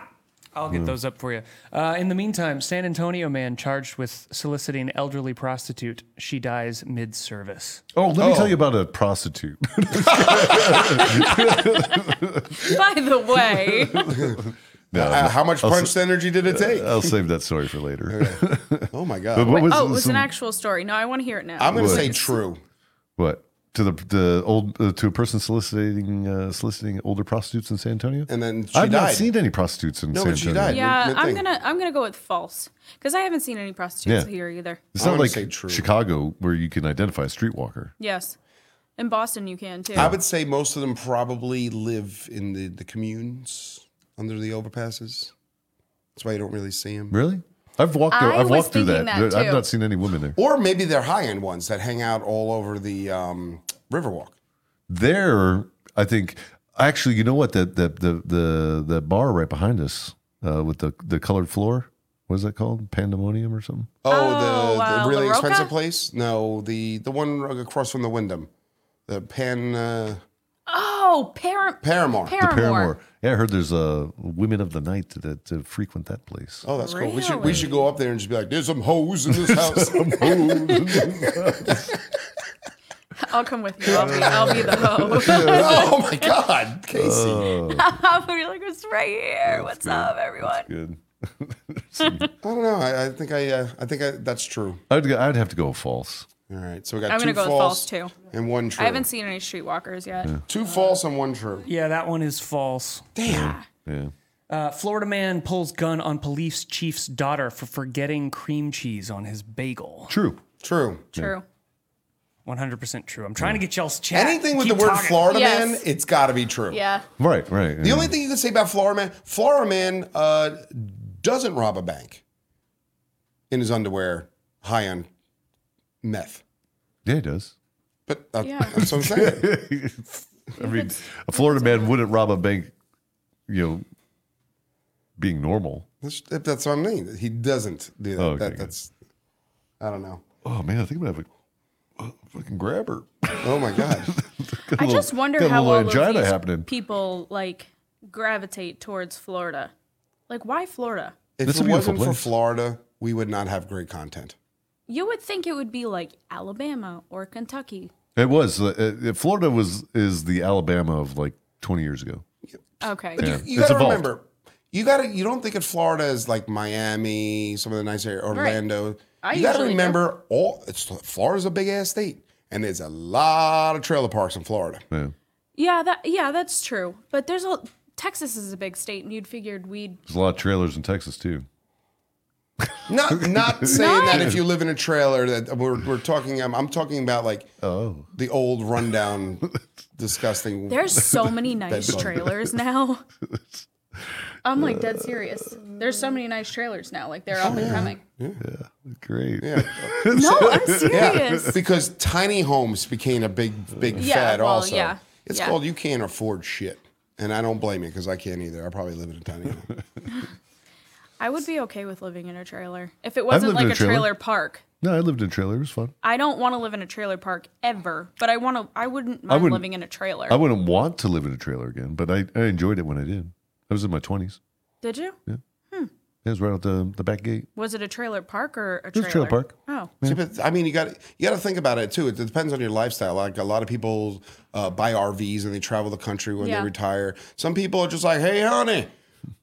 Speaker 4: I'll
Speaker 1: Hmm.
Speaker 4: get those up for you. Uh, in the meantime, San Antonio man charged with soliciting elderly prostitute. She dies mid service.
Speaker 2: Oh, let me tell you about a prostitute.
Speaker 7: By the way,
Speaker 2: no,
Speaker 1: Uh, how much
Speaker 2: I'll s-
Speaker 1: punched energy did it take?
Speaker 2: I'll save that story for later.
Speaker 1: oh my
Speaker 2: uh, But
Speaker 1: god!
Speaker 2: what was
Speaker 7: oh, it was
Speaker 2: some-
Speaker 7: an actual story. No, I want to hear it now.
Speaker 1: I'm gonna
Speaker 2: What?
Speaker 1: say true.
Speaker 2: what to the the old uh, to a person soliciting uh, soliciting older prostitutes in San Antonio?
Speaker 1: And then she
Speaker 2: I've not
Speaker 1: died.
Speaker 2: seen any prostitutes in
Speaker 1: No,
Speaker 2: San
Speaker 1: but she
Speaker 2: Antonio.
Speaker 1: died.
Speaker 7: yeah,
Speaker 1: Good
Speaker 7: I'm
Speaker 1: thing.
Speaker 7: gonna I'm gonna go with false because I haven't seen any prostitutes
Speaker 2: Yeah.
Speaker 7: here either.
Speaker 2: It's
Speaker 1: I'm
Speaker 2: not
Speaker 1: gonna
Speaker 2: like
Speaker 1: say true.
Speaker 2: Chicago where you can identify a streetwalker.
Speaker 7: Yes, in Boston you can too.
Speaker 1: I would say most of them probably live in the the communes under the overpasses. That's why you don't really see them.
Speaker 2: Really? I've walked.
Speaker 7: I
Speaker 2: I've
Speaker 7: was
Speaker 2: walked through that.
Speaker 7: thinking that,
Speaker 2: I've
Speaker 7: too.
Speaker 2: not seen any women there.
Speaker 1: Or maybe they're high end ones that hang out all over the um, Riverwalk.
Speaker 2: There, I think. Actually, you know what? The the the the, the bar right behind us uh, with the the colored floor. What is that called? Pandemonium or something?
Speaker 1: Oh,
Speaker 7: Oh,
Speaker 1: the,
Speaker 7: uh,
Speaker 1: the really
Speaker 7: La Roca?
Speaker 1: expensive place? No, the the one across from the Wyndham, the Pan uh,
Speaker 7: oh, parent
Speaker 1: Paramore.
Speaker 7: Paramore.
Speaker 2: Paramore. Yeah, I heard there's uh, women of the night that, that frequent that place.
Speaker 1: Oh, that's cool. We should we should go up there and just be like, "There's some hoes in this house."
Speaker 7: I'll come with you. I'll be, I'll be the hoe.
Speaker 1: oh my God, Casey!
Speaker 7: I'll be like, it's right here. What's up, everyone?
Speaker 2: Good.
Speaker 1: I don't know. I, I think I uh, I think I, that's true.
Speaker 2: I'd go- I'd have to go false.
Speaker 1: All right, so we got
Speaker 7: I'm
Speaker 1: 2
Speaker 7: gonna go with
Speaker 1: false,
Speaker 7: false too.
Speaker 1: and one true.
Speaker 7: I haven't seen any streetwalkers yet.
Speaker 1: two false and one true.
Speaker 4: Yeah, that one is false.
Speaker 1: Damn.
Speaker 2: Yeah.
Speaker 4: Uh, Florida man pulls gun on police chief's daughter for forgetting cream cheese on his bagel.
Speaker 2: True.
Speaker 1: True.
Speaker 7: True.
Speaker 4: 100% true. I'm trying to get y'all's chat.
Speaker 1: Anything with
Speaker 4: Keep
Speaker 1: the word
Speaker 4: talking.
Speaker 1: Florida
Speaker 7: Yes.
Speaker 1: man, it's got to be true.
Speaker 7: Yeah.
Speaker 2: Right. Right.
Speaker 1: The only thing you can say about Florida man, Florida man uh, doesn't rob a bank in his underwear, high on meth.
Speaker 2: Yeah, it does.
Speaker 1: But uh,
Speaker 7: Yeah.
Speaker 1: that's what I'm saying.
Speaker 2: I mean, a Florida man wouldn't rob a bank, you know, being normal.
Speaker 1: that's, that's what I mean. He doesn't do that.
Speaker 2: Oh, okay,
Speaker 1: That-
Speaker 2: good.
Speaker 1: that's I don't know.
Speaker 2: Oh man, I think I'm gonna have a uh, fucking grab her.
Speaker 1: Oh my god.
Speaker 2: Got a
Speaker 7: I
Speaker 2: little-
Speaker 7: just wonder
Speaker 2: got a
Speaker 7: how
Speaker 2: little
Speaker 7: all of
Speaker 2: angina
Speaker 7: these
Speaker 2: happening.
Speaker 7: people like gravitate towards Florida. Like, why Florida?
Speaker 1: If
Speaker 2: That's a
Speaker 1: it
Speaker 2: beautiful
Speaker 1: wasn't for
Speaker 2: place.
Speaker 1: Florida, we would not have great content.
Speaker 7: You would think it would be like Alabama or Kentucky.
Speaker 2: It was. Uh, uh, Florida was is the Alabama of like 20 years ago.
Speaker 7: Okay.
Speaker 2: Yeah.
Speaker 1: You
Speaker 2: It's
Speaker 1: gotta
Speaker 2: evolved.
Speaker 1: remember, you gotta you don't think of Florida as like Miami, some of the nice area, Orlando.
Speaker 7: I
Speaker 1: you gotta
Speaker 7: usually do.
Speaker 1: remember all it's Florida's a big ass state. And there's a lot of trailer parks in Florida.
Speaker 2: Yeah.
Speaker 7: Yeah, that yeah, that's true. But there's a Texas is a big state and you'd figured we'd
Speaker 2: There's a lot of trailers in Texas too.
Speaker 1: Not not saying that if you live in a trailer that we're, we're talking I'm, I'm talking about like
Speaker 2: Oh,
Speaker 1: the old rundown disgusting
Speaker 7: there's so many nice
Speaker 1: Bedbug.
Speaker 7: trailers now. I'm like
Speaker 2: Uh,
Speaker 7: dead serious. There's so many nice trailers now. Like they're up and coming.
Speaker 2: great.
Speaker 7: No, I'm serious.
Speaker 1: because tiny homes became a big big
Speaker 7: Yeah,
Speaker 1: fad
Speaker 7: well,
Speaker 1: also.
Speaker 7: yeah,
Speaker 1: It's
Speaker 7: yeah.
Speaker 1: called you can't afford shit. And I don't blame you because I can't either. I probably live in a tiny home.
Speaker 7: I would be okay with living in a trailer if it wasn't
Speaker 2: lived in
Speaker 7: like
Speaker 2: a
Speaker 7: a
Speaker 2: trailer.
Speaker 7: trailer park.
Speaker 2: No, I lived in a trailer. It was fun.
Speaker 7: I don't want to live in a trailer park ever, but I want to. I wouldn't mind
Speaker 2: wouldn't-
Speaker 7: living in a trailer.
Speaker 2: I wouldn't want to live in a trailer again, but I, I enjoyed it when I did. I was in my 20s.
Speaker 7: Did you?
Speaker 2: It was right out the, the back gate.
Speaker 7: Was it a trailer park or a
Speaker 2: It was
Speaker 7: trailer?
Speaker 2: a trailer park.
Speaker 7: Oh,
Speaker 1: See, but, I mean, you got you got to think about it too. It depends on your lifestyle. Like a lot of people uh, buy RVs and they travel the country when
Speaker 7: Yeah.
Speaker 1: they retire. Some people are just like, "Hey, honey,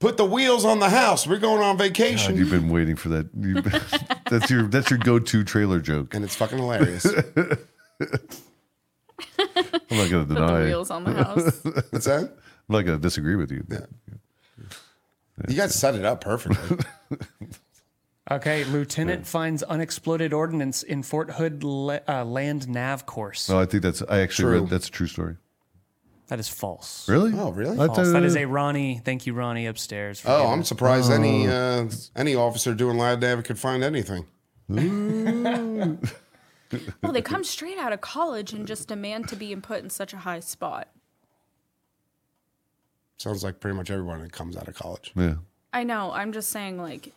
Speaker 1: put the wheels on the house. We're going on vacation,"
Speaker 2: God, you've been waiting for that. You've been- that's your that's your go to trailer joke.
Speaker 1: and it's fucking hilarious.
Speaker 2: I'm not gonna
Speaker 7: put the
Speaker 2: deny. it.
Speaker 7: wheels on the house.
Speaker 1: What's that?
Speaker 2: I'm not gonna disagree with you.
Speaker 1: You guys set it up perfectly.
Speaker 4: Okay, lieutenant finds unexploded ordnance in Fort Hood le- uh, land nav course.
Speaker 2: No, I think that's I actually
Speaker 1: True.
Speaker 2: read that's a true story.
Speaker 4: That is false.
Speaker 2: Really?
Speaker 1: Oh, really?
Speaker 2: I
Speaker 4: False.
Speaker 2: thought-
Speaker 4: That is a Ronnie. Thank you, Ronnie, upstairs. for
Speaker 1: Oh,
Speaker 4: giving-
Speaker 1: I'm surprised any
Speaker 2: Oh.
Speaker 1: uh, any officer doing live nav could find anything.
Speaker 7: well, they come straight out of college and just demand to be put in such a high spot.
Speaker 1: Sounds like pretty much everyone that comes out of college.
Speaker 2: yeah.
Speaker 7: I know. I'm just saying, like,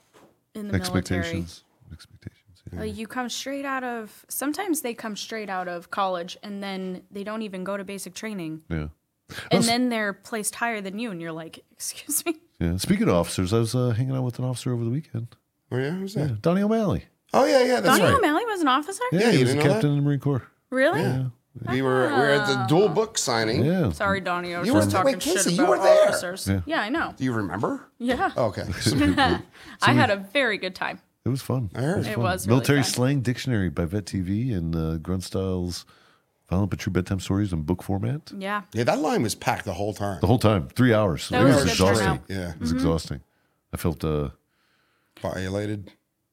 Speaker 7: in the military,
Speaker 2: Expectations. Expectations. yeah.
Speaker 7: like, you come straight out of. Sometimes they come straight out of college and then they don't even go to basic training,
Speaker 2: Yeah.
Speaker 7: and then they're placed higher than you, and you're like, excuse me.
Speaker 2: Yeah. Speaking of officers, I was uh, hanging out with an officer over the weekend.
Speaker 1: Oh yeah, who's that?
Speaker 2: Yeah. Donnie O'Malley.
Speaker 1: Oh yeah, yeah, that's
Speaker 7: Donnie
Speaker 1: right.
Speaker 7: O'Malley was an officer.
Speaker 2: Yeah,
Speaker 1: Yeah,
Speaker 2: he
Speaker 1: you
Speaker 2: was a
Speaker 1: didn't know
Speaker 2: captain in the Marine Corps.
Speaker 7: Really?
Speaker 1: We were we were at the dual book signing.
Speaker 2: Yeah.
Speaker 7: Sorry, Donnie. I was
Speaker 1: You were-
Speaker 7: just talking
Speaker 1: wait,
Speaker 7: shit
Speaker 1: Casey,
Speaker 7: about
Speaker 1: you were there. Oh,
Speaker 7: officers.
Speaker 2: Yeah.
Speaker 7: Yeah. I know.
Speaker 1: Do you remember? Oh,
Speaker 7: Yeah.
Speaker 1: Okay.
Speaker 7: I had a very good time.
Speaker 2: It was fun.
Speaker 1: I heard.
Speaker 7: It
Speaker 2: fun.
Speaker 7: was really
Speaker 2: Military
Speaker 7: fun.
Speaker 2: Slang Dictionary by Vet TV and uh, Grunt Styles Violent But True Bedtime Stories in book format.
Speaker 7: Yeah.
Speaker 1: Yeah, that line was packed the whole time.
Speaker 2: The whole time, three hours.
Speaker 7: That
Speaker 2: it
Speaker 7: was
Speaker 2: was,
Speaker 7: a good
Speaker 2: exhausting.
Speaker 7: turnout. Mm-hmm.
Speaker 1: Yeah,
Speaker 2: It was exhausting. I felt uh,
Speaker 1: violated.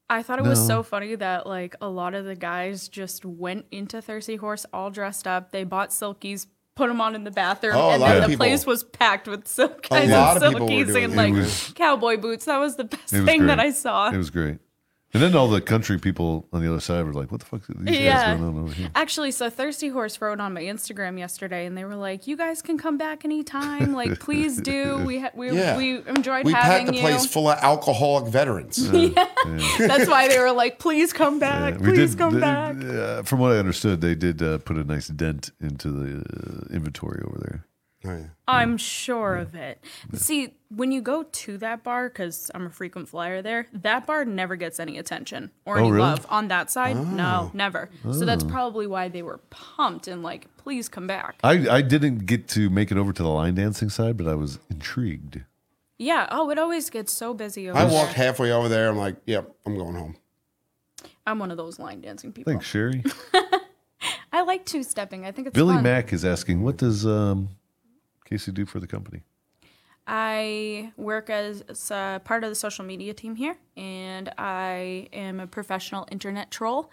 Speaker 7: I thought it was
Speaker 2: No.
Speaker 7: so funny that like a lot of the guys just went into Thirsty Horse all dressed up. They bought silkies, put them on in the bathroom,
Speaker 1: Oh, a
Speaker 7: and
Speaker 1: lot
Speaker 7: then
Speaker 1: of
Speaker 7: the
Speaker 1: people-
Speaker 7: place was packed with silk
Speaker 1: A
Speaker 7: guys
Speaker 1: lot
Speaker 7: in
Speaker 1: of people were
Speaker 7: silkies
Speaker 1: doing
Speaker 7: and
Speaker 1: that.
Speaker 7: like
Speaker 2: It was-
Speaker 7: cowboy boots. That was the best
Speaker 2: It was
Speaker 7: thing that
Speaker 2: great.
Speaker 7: I saw.
Speaker 2: it was great. And then all the country people on the other side were like, "What the fuck? Are these
Speaker 7: Yeah.
Speaker 2: guys going on over here?"
Speaker 7: Actually, so Thirsty Horse wrote on my Instagram yesterday, and they were like, "You guys can come back anytime. Like, please do. We ha- we,
Speaker 1: Yeah.
Speaker 7: we enjoyed
Speaker 1: We packed
Speaker 7: having
Speaker 1: the
Speaker 7: you.
Speaker 1: place full of alcoholic veterans.
Speaker 7: That's why they were like, please come
Speaker 2: Yeah,
Speaker 7: back.
Speaker 2: we
Speaker 7: please
Speaker 2: did-
Speaker 7: come
Speaker 2: th-
Speaker 7: back.
Speaker 2: Uh, from what I understood, they did uh, put a nice dent into the uh, inventory over there.
Speaker 1: Oh, yeah.
Speaker 7: I'm sure of it. See, when you go to that bar, because I'm a frequent flyer there, that bar never gets any attention or any
Speaker 2: Oh, really? Oh.
Speaker 7: love on that side. No, never. So that's probably why they were pumped and like, please come back.
Speaker 2: I, I didn't get to make it over to the line dancing side, but I was intrigued.
Speaker 7: Yeah. Oh, it always gets so busy. Over
Speaker 1: I
Speaker 7: there.
Speaker 1: walked halfway over there. I'm like, yep, I'm going home.
Speaker 7: I'm one of those line dancing people.
Speaker 2: Thanks, Sherry.
Speaker 7: I like two stepping. I think it's
Speaker 2: Billy
Speaker 7: fun.
Speaker 2: Mack is asking, "What does um, Casey do for the company?"
Speaker 7: I work as as a part of the social media team here, and I am a professional internet troll.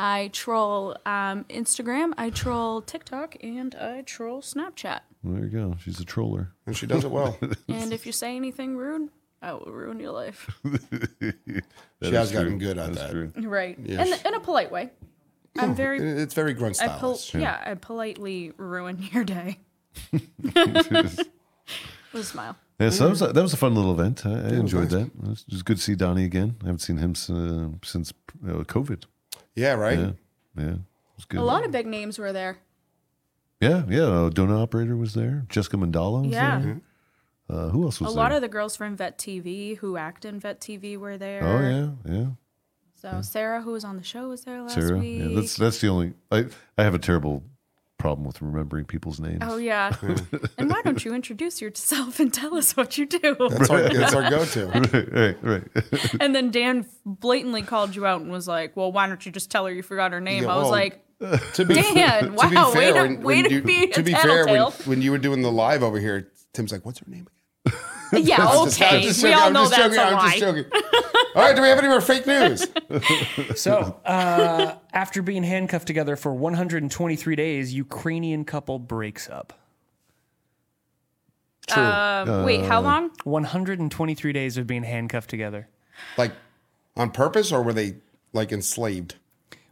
Speaker 7: I troll um, Instagram, I troll TikTok, and I troll Snapchat.
Speaker 2: Well, there you go. She's a troller.
Speaker 1: And she does it well.
Speaker 7: And if you say anything rude, I will ruin your life.
Speaker 1: she has gotten good at
Speaker 2: That's
Speaker 1: that.
Speaker 2: true.
Speaker 7: Right. And in a polite way. I'm very.
Speaker 1: It- It's very grunt
Speaker 7: I pol-
Speaker 1: stylish.
Speaker 7: yeah, I politely ruin your day. With a smile.
Speaker 2: Yeah, so that was a, that was a fun little event. I, I enjoyed that. It was, it was good to see Donnie again. I haven't seen him uh, since uh, COVID.
Speaker 1: yeah, right.
Speaker 2: Yeah, yeah, it was good.
Speaker 7: A lot of big names were there.
Speaker 2: Yeah, yeah. Uh, donut operator was there. Jessica Mandala was
Speaker 7: Yeah.
Speaker 2: there. Uh, who else was
Speaker 7: A
Speaker 2: there?
Speaker 7: lot of the girls from Vet TV who act in Vet TV were there.
Speaker 2: oh yeah, yeah.
Speaker 7: So Sarah, who was on the show, was there last
Speaker 2: Sarah.
Speaker 7: week.
Speaker 2: Yeah, that's that's the only. I I have a terrible problem with remembering people's names.
Speaker 7: oh yeah. and why don't you introduce yourself and tell us what you do?
Speaker 1: That's our, that's our go-to.
Speaker 2: right, right, right.
Speaker 7: and then Dan blatantly called you out and was like, "Well, why don't you just tell her you forgot her name?"
Speaker 1: Yeah,
Speaker 7: I was
Speaker 1: well,
Speaker 7: like,
Speaker 1: To be,
Speaker 7: Dan, wow, way to- way to
Speaker 1: you-
Speaker 7: be a
Speaker 1: to be fair, when,
Speaker 7: tattletale.
Speaker 1: when you were doing the live over here, Tim's like, "What's her name?" again?"
Speaker 7: "Yeah,
Speaker 1: I'm
Speaker 7: okay,
Speaker 1: just
Speaker 7: we
Speaker 1: joking,
Speaker 7: all
Speaker 1: I'm
Speaker 7: know
Speaker 1: just
Speaker 7: that's
Speaker 1: joking,
Speaker 7: a
Speaker 1: I'm just
Speaker 7: lie."
Speaker 1: joking. All right, do we have any more fake news?
Speaker 4: So, uh, after being handcuffed together for 123 days, Ukrainian couple breaks up.
Speaker 1: True.
Speaker 7: Um, wait,
Speaker 1: Uh,
Speaker 7: how long?
Speaker 4: 123 days of being handcuffed together.
Speaker 1: like on purpose, or were they like enslaved?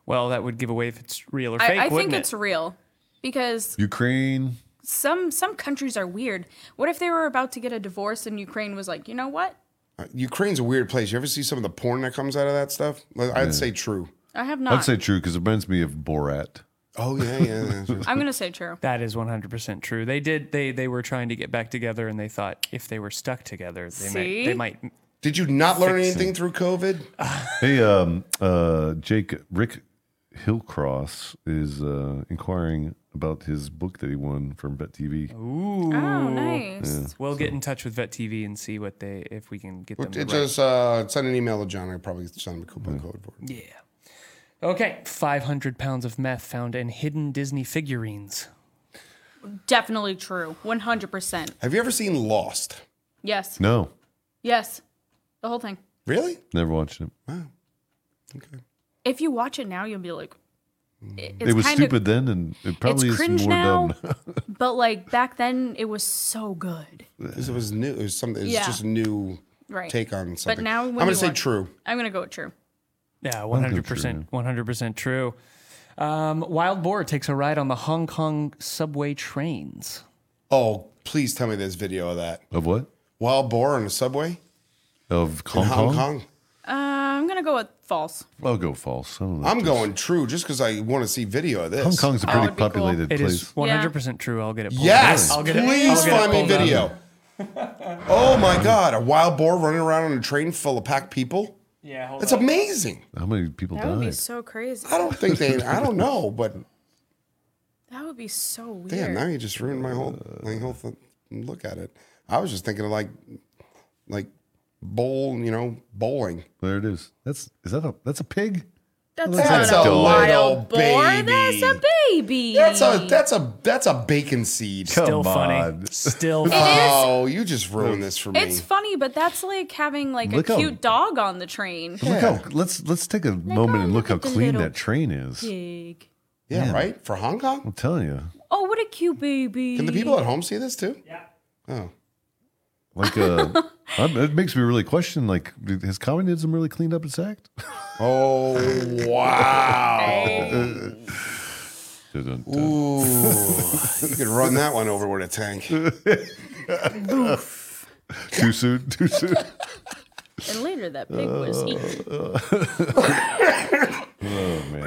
Speaker 4: Well, that would give away if it's real or fake,
Speaker 7: I, I
Speaker 4: wouldn't
Speaker 7: think
Speaker 4: it?
Speaker 7: it's real because
Speaker 2: Ukraine.
Speaker 7: some some countries are weird. What if they were about to get a divorce and Ukraine was like, "You know what?
Speaker 1: Uh, Ukraine's a weird place. You ever see some of the porn that comes out of that stuff? Like, I'd say true.
Speaker 7: I have
Speaker 2: I'd
Speaker 7: not."
Speaker 2: say true because it reminds me of Borat.
Speaker 1: Oh yeah, yeah. yeah.
Speaker 7: I'm gonna say true.
Speaker 4: That is 100% true. They did they they were trying to get back together and they thought if they were stuck together, they might
Speaker 7: See?
Speaker 4: they might
Speaker 1: Did you not learn anything through COVID?
Speaker 2: Hey, um, uh, Jake, Rick Hillcross is uh, inquiring about his book that he won from Bet TV.
Speaker 4: Ooh.
Speaker 7: Oh, nice.
Speaker 4: We'll get in touch with Vet TV and see what they if we can get them. the
Speaker 1: It
Speaker 4: right-
Speaker 1: just uh, send an email to John. I probably send him a coupon code for it.
Speaker 4: Yeah. Okay. 500 pounds of meth found in hidden Disney figurines.
Speaker 7: Definitely true. 100%.
Speaker 1: Have you ever seen Lost?
Speaker 7: Yes.
Speaker 2: No,
Speaker 7: Yes. The whole thing.
Speaker 1: Really?
Speaker 2: never watched it.
Speaker 1: Okay.
Speaker 7: If you watch it now, you'll be like, it- it's
Speaker 2: it was
Speaker 7: kind of-
Speaker 2: stupid then, and it probably is
Speaker 7: cringe
Speaker 2: more
Speaker 7: now.
Speaker 2: dumb.
Speaker 7: but like back then, it was so good.
Speaker 1: This was new. It was something. It's
Speaker 7: Yeah.
Speaker 1: just a new
Speaker 7: Right.
Speaker 1: take on something.
Speaker 7: now
Speaker 1: I'm
Speaker 7: when
Speaker 1: gonna
Speaker 7: you
Speaker 1: say
Speaker 7: watch-
Speaker 1: true.
Speaker 7: I'm gonna go with true.
Speaker 4: Yeah, 100%. 100% true. Um, wild boar takes a ride on the Hong Kong subway trains.
Speaker 1: Oh, please tell me there's video of that.
Speaker 2: Of what?
Speaker 1: Wild boar on the subway
Speaker 2: Of
Speaker 1: in
Speaker 2: Hong,
Speaker 1: Hong
Speaker 2: Kong?
Speaker 1: Kong.
Speaker 7: Uh, I'm gonna go with false.
Speaker 2: I'll go false. I don't know.
Speaker 1: I'm going true just because I want to see video of this.
Speaker 2: Hong Kong's a
Speaker 7: That
Speaker 2: pretty
Speaker 7: would be cool.
Speaker 2: populated
Speaker 4: It is
Speaker 2: place.
Speaker 4: 100% true. I'll get it. Pulled
Speaker 1: Yes,
Speaker 4: Up. I'll get it-
Speaker 1: please
Speaker 4: I'll get it
Speaker 1: find me
Speaker 4: pulled up.
Speaker 1: video. oh my God, a wild boar running around on a train full of packed people.
Speaker 4: Yeah, hold
Speaker 1: That's
Speaker 4: on.
Speaker 1: amazing.
Speaker 2: How many people
Speaker 7: That would be
Speaker 2: died?
Speaker 7: so crazy.
Speaker 1: I don't think they. I don't know, but
Speaker 7: That would be so weird.
Speaker 1: damn, now you just ruined my whole my whole th- look at it. I was just thinking of like like bowl, you know, bowling.
Speaker 2: There it is. That's is that a that's a pig?
Speaker 7: that's
Speaker 1: That's
Speaker 7: not
Speaker 2: a
Speaker 7: a
Speaker 2: little
Speaker 7: wild boar.
Speaker 1: baby.
Speaker 7: That's a baby.
Speaker 1: That's a that's a that's a bacon seed.
Speaker 4: Still
Speaker 2: Come
Speaker 4: funny.
Speaker 2: on.
Speaker 4: Still
Speaker 7: It
Speaker 4: funny.
Speaker 7: is-
Speaker 1: Oh, you just ruined this for me.
Speaker 7: It's funny, but that's like having like
Speaker 2: Look
Speaker 7: a
Speaker 2: how-
Speaker 7: cute dog on the train.
Speaker 2: Look how let's let's take a moment
Speaker 7: oh,
Speaker 2: and look
Speaker 7: look
Speaker 2: how
Speaker 7: at the
Speaker 2: clean
Speaker 7: little
Speaker 2: that train is.
Speaker 7: Big.
Speaker 1: yeah, right? For Hong Kong?
Speaker 2: I'm telling you,
Speaker 7: Oh, what a cute baby.
Speaker 1: Can the people at home see this too? Yeah. Oh.
Speaker 2: like uh, I'm- it makes me really question. Like, has communism really cleaned up its act?
Speaker 1: Oh wow.
Speaker 2: Dun, dun, dun.
Speaker 1: Ooh. You could run that one over with a tank.
Speaker 2: Too soon. Too soon.
Speaker 7: And later, that pig was eaten.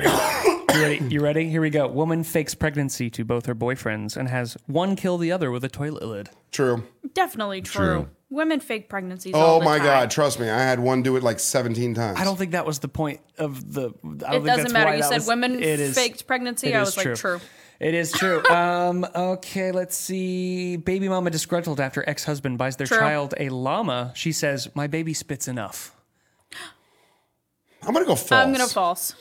Speaker 4: You ready? You ready? Here we go. Woman fakes pregnancy to both her boyfriends and has one kill the other with a toilet lid.
Speaker 1: True.
Speaker 7: Definitely true.
Speaker 2: True.
Speaker 7: Women fake pregnancies. all
Speaker 1: Oh
Speaker 7: the
Speaker 1: my
Speaker 7: time.
Speaker 1: god, trust me. I had one do it like 17 times.
Speaker 4: I don't think that was the point of the. I don't
Speaker 7: It
Speaker 4: think
Speaker 7: doesn't
Speaker 4: that's
Speaker 7: matter.
Speaker 4: why
Speaker 7: You
Speaker 4: that
Speaker 7: said
Speaker 4: was-
Speaker 7: women
Speaker 4: it is-
Speaker 7: faked pregnancy.
Speaker 4: it
Speaker 7: I
Speaker 4: is
Speaker 7: was like, true.
Speaker 4: It is true. um, okay, let's see. Baby mama disgruntled after ex husband buys their
Speaker 7: True.
Speaker 4: child a llama. She says, "My baby spits enough."
Speaker 1: I'm going to go false.
Speaker 7: I'm gonna false.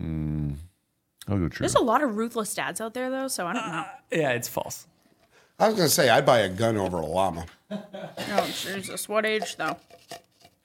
Speaker 2: I'll go true.
Speaker 7: There's a lot of ruthless dads out there though, so I don't know.
Speaker 4: Yeah, it's false.
Speaker 1: I was going to say I'd buy a gun over a llama.
Speaker 4: Uh-uh.
Speaker 7: Oh Jesus, what age though?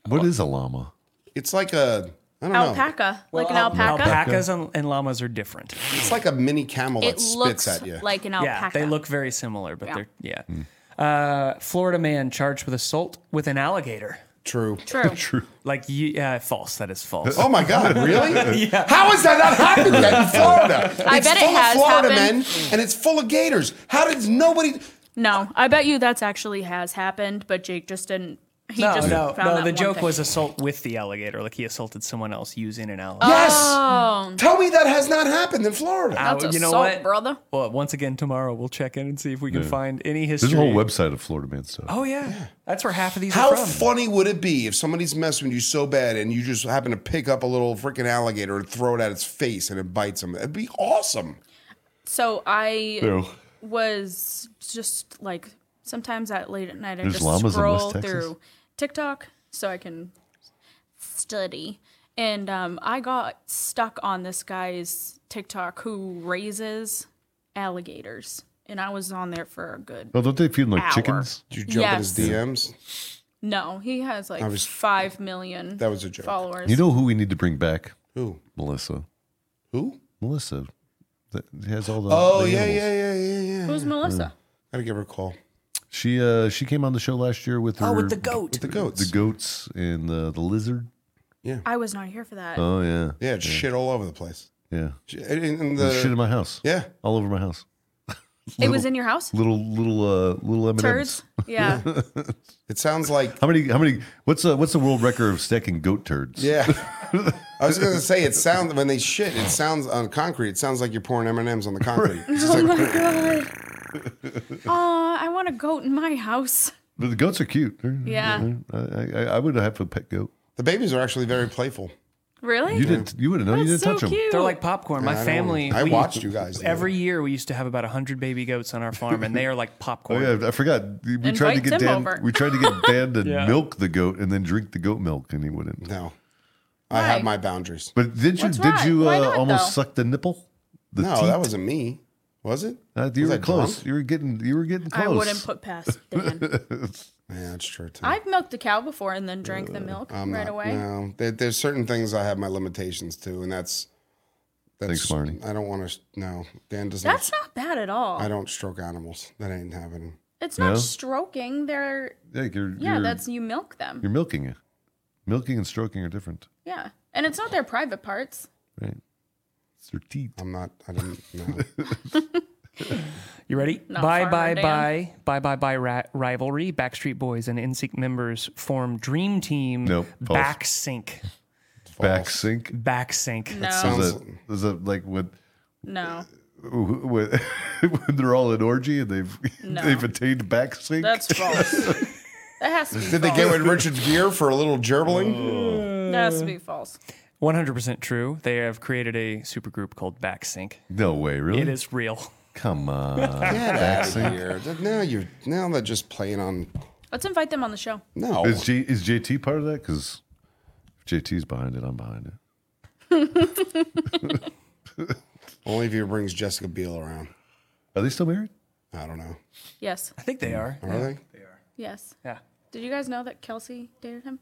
Speaker 2: What is a llama?
Speaker 1: It's like a I don't know.
Speaker 7: Alpaca, like an alpaca.
Speaker 4: Alpacas and, and llamas are different.
Speaker 1: It's like a mini camel that
Speaker 7: It
Speaker 1: spits
Speaker 7: looks
Speaker 1: at you.
Speaker 7: like an
Speaker 4: Yeah,
Speaker 7: alpaca.
Speaker 4: they look very similar, but they're yeah.
Speaker 1: Hmm.
Speaker 4: Uh, Florida man charged with assault with an alligator.
Speaker 1: True.
Speaker 7: true.
Speaker 4: Like, yeah, false. That is false.
Speaker 1: Oh my God! Really? yeah. How has that not happened yet in Florida?
Speaker 7: I
Speaker 1: it's
Speaker 7: bet it
Speaker 1: full
Speaker 7: has
Speaker 1: of Florida
Speaker 7: happened.
Speaker 1: men, and it's full of gators. How did nobody?
Speaker 7: No, I bet you that's actually has happened, but Jake just didn't. He
Speaker 4: No,
Speaker 7: just
Speaker 4: Oh, no,
Speaker 7: found
Speaker 4: no.
Speaker 7: that
Speaker 4: The
Speaker 7: one
Speaker 4: joke
Speaker 7: thing.
Speaker 4: was assault with the alligator. Like he assaulted someone else using an alligator.
Speaker 1: Yes.
Speaker 7: Oh.
Speaker 1: Tell me that has not happened in Florida.
Speaker 4: Uh,
Speaker 7: That's assault, brother.
Speaker 4: Well, once again tomorrow we'll check in and see if we can find any history.
Speaker 2: There's a whole website of Florida man stuff.
Speaker 4: Oh yeah. that's where half of these
Speaker 1: How
Speaker 4: are from.
Speaker 1: funny would it be if somebody's messing with you so bad and you just happen to pick up a little freaking alligator and throw it at its face and it bites him? It'd be awesome.
Speaker 7: So I
Speaker 2: Ew.
Speaker 7: was just like sometimes at late at night I
Speaker 2: There's
Speaker 7: just
Speaker 2: llamas in West
Speaker 7: scroll
Speaker 2: Texas?
Speaker 7: through TikTok so I can study. And um, I got stuck on this guy's TikTok who raises alligators, and I was on there for a good.
Speaker 2: Oh, don't they feed them like
Speaker 7: Hour.
Speaker 2: chickens?
Speaker 1: Did you jump
Speaker 7: Yes.
Speaker 1: in his DMs?
Speaker 7: No, he has like
Speaker 1: was-
Speaker 7: five million
Speaker 1: That was a joke.
Speaker 7: followers.
Speaker 2: You know who we need to bring back?
Speaker 1: Who?
Speaker 2: Melissa.
Speaker 1: Who?
Speaker 2: Melissa. That has all the.
Speaker 1: Oh
Speaker 2: the
Speaker 1: yeah,
Speaker 2: animals.
Speaker 1: yeah, yeah, yeah, yeah.
Speaker 2: Hmm.
Speaker 7: Who's Melissa?
Speaker 1: Gotta give her a call.
Speaker 2: She uh she came on the show last year with her.
Speaker 4: Oh, with the goat.
Speaker 1: With the goats.
Speaker 2: the goats and the the lizard.
Speaker 7: I was not here for that.
Speaker 2: Oh yeah,
Speaker 1: yeah, it's shit all over the place.
Speaker 2: yeah.
Speaker 1: Sh- In, in
Speaker 2: There's shit in
Speaker 1: the,
Speaker 2: my house.
Speaker 1: yeah.
Speaker 2: all over my house.
Speaker 7: it was in your house?
Speaker 2: Little little uh little M
Speaker 7: Turds? Yeah.
Speaker 1: It sounds like
Speaker 2: How many? How many? What's the what's the world record of stacking goat turds?
Speaker 1: Yeah, I was gonna say it sounds when they shit. It sounds on concrete. It sounds like you're pouring M and M's on the concrete. It's just
Speaker 7: Oh
Speaker 1: like,
Speaker 7: my god. Aw, I want a goat in my house.
Speaker 2: But the goats are cute. They're-
Speaker 7: Yeah.
Speaker 2: they're- I, I, I would have a pet goat.
Speaker 1: The babies are actually very playful.
Speaker 7: Really?
Speaker 2: You didn't. You wouldn't know. you didn't
Speaker 7: That's so
Speaker 2: touch them.
Speaker 7: cute.
Speaker 4: They're like popcorn. My
Speaker 1: I don't-
Speaker 4: family.
Speaker 1: I
Speaker 4: we-
Speaker 1: watched you guys do
Speaker 4: Every year we used to have about 100 baby goats on our farm, and they are like
Speaker 2: Oh
Speaker 4: popcorn.
Speaker 2: yeah, I forgot. We tried to
Speaker 7: Invite
Speaker 2: get
Speaker 7: Tim
Speaker 2: Dan.
Speaker 7: over.
Speaker 2: We tried to get Dan to
Speaker 4: Yeah.
Speaker 2: milk the goat and then drink the goat milk, and he wouldn't.
Speaker 1: No, I
Speaker 7: Why?
Speaker 1: have my boundaries.
Speaker 2: But did you?
Speaker 7: What's
Speaker 2: Did
Speaker 7: wrong?
Speaker 2: you
Speaker 7: Why
Speaker 2: uh,
Speaker 7: not,
Speaker 2: almost
Speaker 7: though?
Speaker 2: suck the nipple? The
Speaker 1: no,
Speaker 2: teat?
Speaker 1: that wasn't me, was it?
Speaker 2: Uh, you
Speaker 1: Was
Speaker 2: were
Speaker 1: I
Speaker 2: close.
Speaker 1: drunk?
Speaker 2: You were getting. You were getting close.
Speaker 7: I wouldn't put past Dan.
Speaker 1: Yeah, that's true too.
Speaker 7: I've milked a cow before and then drank the milk
Speaker 1: Uh, I'm
Speaker 7: right
Speaker 1: not-
Speaker 7: away.
Speaker 1: No, there, there's certain things I have my limitations to, and that's that's.
Speaker 2: Thanks, Marty.
Speaker 1: I don't want to. No, Dan doesn't.
Speaker 7: That's not bad at all.
Speaker 1: I don't stroke animals. That ain't happening.
Speaker 7: It's not
Speaker 2: No?
Speaker 7: stroking. They're
Speaker 2: Yeah, you're,
Speaker 7: yeah.
Speaker 2: you're,
Speaker 7: That's you milk them.
Speaker 2: you're milking it. Milking and stroking are different,
Speaker 7: Yeah, and it's not their private parts.
Speaker 2: right? It's their teeth.
Speaker 1: I'm not. I didn't. No.
Speaker 4: You ready?
Speaker 7: Not
Speaker 4: bye,
Speaker 7: Farmer
Speaker 4: bye,
Speaker 7: Dan.
Speaker 4: bye, bye, bye, bye, ra- rivalry. Backstreet Boys and NSYNC members form dream team.
Speaker 2: Nope, false.
Speaker 4: Back sync.
Speaker 2: Back sink.
Speaker 4: Back sync.
Speaker 7: No,
Speaker 1: sounds-
Speaker 2: Is that, is that like when,
Speaker 7: no,
Speaker 2: when when they're all in orgy and they've
Speaker 7: No.
Speaker 2: they've attained back sink?
Speaker 7: that's false. that has to be.
Speaker 1: Did they
Speaker 7: false.
Speaker 1: get rid of Richard's gear for a little
Speaker 7: Oh.
Speaker 1: gerbling?
Speaker 7: That has to be false.
Speaker 4: 100% true. They have created a supergroup called Back sync.
Speaker 2: no way, really?
Speaker 4: It is real.
Speaker 2: Come on.
Speaker 1: Get out of here! Now you're now they're just playing on.
Speaker 7: Let's invite them on the show.
Speaker 1: No,
Speaker 2: is J, is JT part of that? Because if JT's behind it, I'm behind it.
Speaker 1: only if he brings Jessica Biel around.
Speaker 2: Are they still married?
Speaker 1: I don't know.
Speaker 7: Yes,
Speaker 4: I think they are.
Speaker 1: Are they?
Speaker 7: yes.
Speaker 4: Yeah.
Speaker 7: Did you guys know that Kelsey dated him?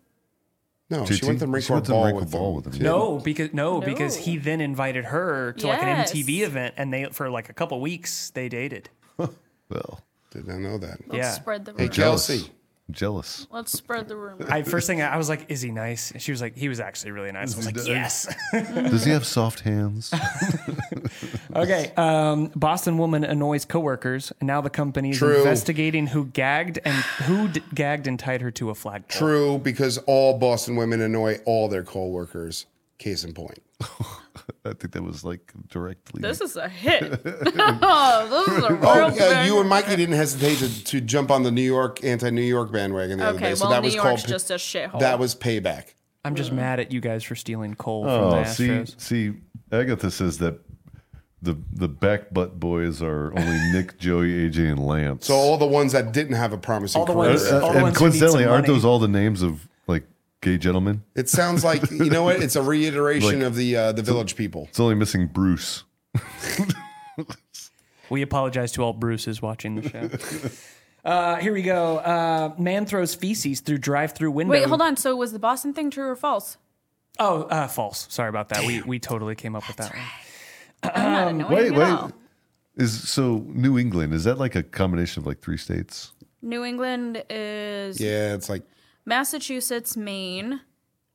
Speaker 1: No,
Speaker 2: JT?
Speaker 1: she went to the Marine
Speaker 2: She
Speaker 1: Corps
Speaker 2: went to the
Speaker 1: ball,
Speaker 2: Marine
Speaker 1: with,
Speaker 2: Corps ball
Speaker 1: them.
Speaker 2: with him.
Speaker 4: No, because no, because
Speaker 7: No.
Speaker 4: he then invited her to like an
Speaker 7: Yes.
Speaker 4: MTV event, and they for like a couple weeks they dated.
Speaker 2: Well,
Speaker 1: Did I know that?
Speaker 7: Let's
Speaker 4: Yeah.
Speaker 7: spread the rumor.
Speaker 1: Hey, Kelsey.
Speaker 2: jealous.
Speaker 7: Let's spread the rumor.
Speaker 4: I first thing I, I was like, "Is he nice?" And she was like, "He was actually really nice." I was like, "Yes."
Speaker 2: Does he have soft hands?
Speaker 4: okay. Um, Boston woman annoys coworkers. and Now the company is
Speaker 1: True.
Speaker 4: investigating who gagged and who d- gagged and tied her to a flagpole.
Speaker 1: True, because all Boston women annoy all their coworkers. Case in point.
Speaker 7: Oh,
Speaker 2: I think that was like directly.
Speaker 7: This is a hit. oh, this is a real
Speaker 1: Oh, yeah,
Speaker 7: big-
Speaker 1: you and Mikey didn't hesitate to, to jump on the New York anti-New York bandwagon the other
Speaker 7: Okay,
Speaker 1: day. So
Speaker 7: well,
Speaker 1: that
Speaker 7: New
Speaker 1: was
Speaker 7: York's
Speaker 1: called
Speaker 7: just a shithole.
Speaker 1: that was payback.
Speaker 4: I'm just mad at you guys for stealing coal from the
Speaker 2: Oh, see,
Speaker 4: Astros.
Speaker 2: see, Agatha says that the the back butt boys are only Nick, Joey, AJ, and Lance.
Speaker 1: So all the ones that didn't have a promising
Speaker 4: All the
Speaker 1: career.
Speaker 4: ones-
Speaker 2: Uh,
Speaker 4: all the
Speaker 2: and
Speaker 4: ones who need some
Speaker 2: coincidentally, aren't
Speaker 4: money.
Speaker 2: those all the names of like gay gentlemen?
Speaker 1: It sounds like you know what? It's a reiteration
Speaker 2: Like-
Speaker 1: of the uh, the village people.
Speaker 2: It's only missing Bruce.
Speaker 4: We apologize to all Bruces watching the show. Uh, here we go. Uh, man throws feces through drive-through window.
Speaker 7: Wait, hold on. So was the Boston thing true or false?
Speaker 4: Oh, uh, false. Sorry about that. We we totally came up with that one.
Speaker 7: I'm not annoying
Speaker 2: Wait,
Speaker 7: at
Speaker 2: wait.
Speaker 7: all.
Speaker 2: Is so New England is that like a combination of like three states?
Speaker 7: New England is
Speaker 1: Yeah, it's like
Speaker 7: Massachusetts, Maine,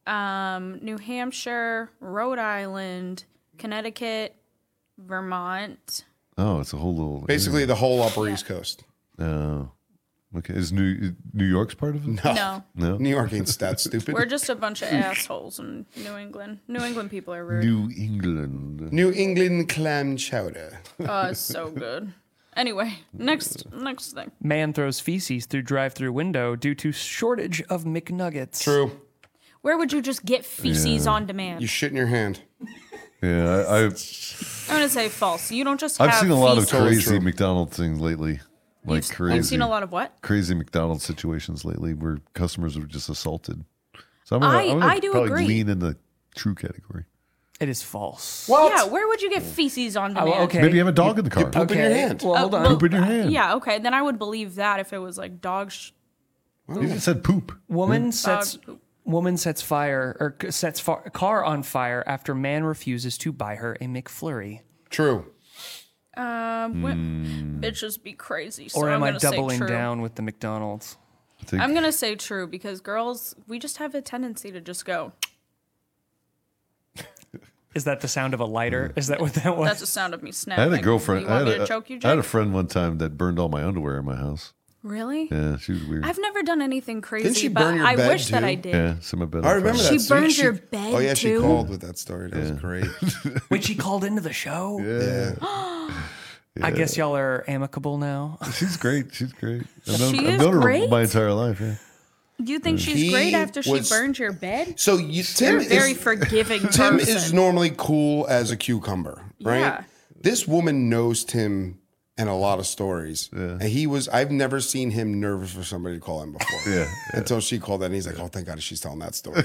Speaker 7: um, New Hampshire, Rhode Island, Connecticut, Vermont.
Speaker 2: Oh, it's a whole little
Speaker 1: basically the whole Upper East Coast.
Speaker 2: Oh, okay. Is New New York's part of it?
Speaker 7: No,
Speaker 2: No,
Speaker 1: New York ain't that stupid.
Speaker 7: we're just a bunch of assholes in New England. New England people are rude.
Speaker 2: New England.
Speaker 1: New England clam chowder.
Speaker 7: Oh, it's so good. Anyway, next next thing.
Speaker 4: Man throws feces through drive-through window due to shortage of McNuggets.
Speaker 1: True.
Speaker 7: Where would you just get feces on demand?
Speaker 1: You shit in your hand.
Speaker 2: Yeah, I, I've
Speaker 7: I'm gonna say false. You don't just.
Speaker 2: I've
Speaker 7: have
Speaker 2: seen a lot of
Speaker 7: feces.
Speaker 1: Totally
Speaker 2: crazy
Speaker 1: true.
Speaker 2: McDonald's things lately, like crazy.
Speaker 7: I've seen a lot of what?
Speaker 2: crazy McDonald's situations lately where customers were just assaulted. So I'm
Speaker 7: I- I do
Speaker 2: probably
Speaker 7: agree.
Speaker 2: lean in the true category.
Speaker 4: It is false.
Speaker 7: Yeah, where would you get feces on
Speaker 4: Oh,
Speaker 7: demand?
Speaker 4: okay.
Speaker 2: Maybe you have a dog in the car.
Speaker 1: Poop in your hand.
Speaker 4: Well, hold on.
Speaker 2: poop in your hand.
Speaker 7: Oh, uh, Yeah, okay. Then I would believe that if it was like dog sh-
Speaker 2: You just said poop.
Speaker 7: Mm.
Speaker 4: Woman sets
Speaker 7: Dog poop.
Speaker 4: woman sets fire or c- sets fa- car on fire after man refuses to buy her a McFlurry.
Speaker 1: True.
Speaker 7: um wi- bitches be crazy. So
Speaker 4: Or am
Speaker 7: I'm
Speaker 4: I
Speaker 7: gonna say
Speaker 4: doubling
Speaker 7: true.
Speaker 4: down with the McDonald's?
Speaker 2: Take-
Speaker 7: I'm gonna say true because girls, we just have a tendency to just go.
Speaker 4: Is that the sound of a
Speaker 1: Mm.
Speaker 4: lighter? Is that what that was?
Speaker 7: That's the sound of me
Speaker 2: I
Speaker 7: snapping.
Speaker 2: had a girlfriend.
Speaker 7: You
Speaker 2: I,
Speaker 7: want
Speaker 2: had
Speaker 7: me
Speaker 2: a, uh,
Speaker 7: to choke you,
Speaker 2: I had a
Speaker 7: Jake?
Speaker 2: friend one time that burned all my underwear in my house.
Speaker 7: really?
Speaker 2: Yeah, she was weird.
Speaker 7: I've never done anything crazy,
Speaker 1: she
Speaker 7: but
Speaker 1: burn your
Speaker 7: I
Speaker 1: bed,
Speaker 7: wish that
Speaker 1: too?
Speaker 7: I did.
Speaker 2: yeah, so my bed.
Speaker 1: I
Speaker 2: on
Speaker 1: remember
Speaker 2: fire.
Speaker 1: that.
Speaker 7: She burned
Speaker 1: She-
Speaker 7: your bed,
Speaker 1: Oh yeah, she
Speaker 7: too?
Speaker 1: called with that story. That was great.
Speaker 4: When she called into the show.
Speaker 1: Yeah.
Speaker 4: I guess y'all are amicable now.
Speaker 2: She's great. She's great. I've
Speaker 7: She
Speaker 2: I've
Speaker 7: is
Speaker 2: known her
Speaker 7: great.
Speaker 2: my entire life. Yeah.
Speaker 7: Do you think she's
Speaker 1: He
Speaker 7: great after she
Speaker 1: was-
Speaker 7: burned your bed?
Speaker 1: So you, Tim
Speaker 7: You're a very
Speaker 1: is
Speaker 7: forgiving
Speaker 1: Tim
Speaker 7: person.
Speaker 1: is normally cool as a cucumber, right?
Speaker 7: Yeah.
Speaker 1: This woman knows Tim and a lot of stories. And he was I've never seen him nervous for somebody to call him before.
Speaker 2: Yeah, yeah.
Speaker 1: Until she called that and he's like, Oh, thank God she's telling that story.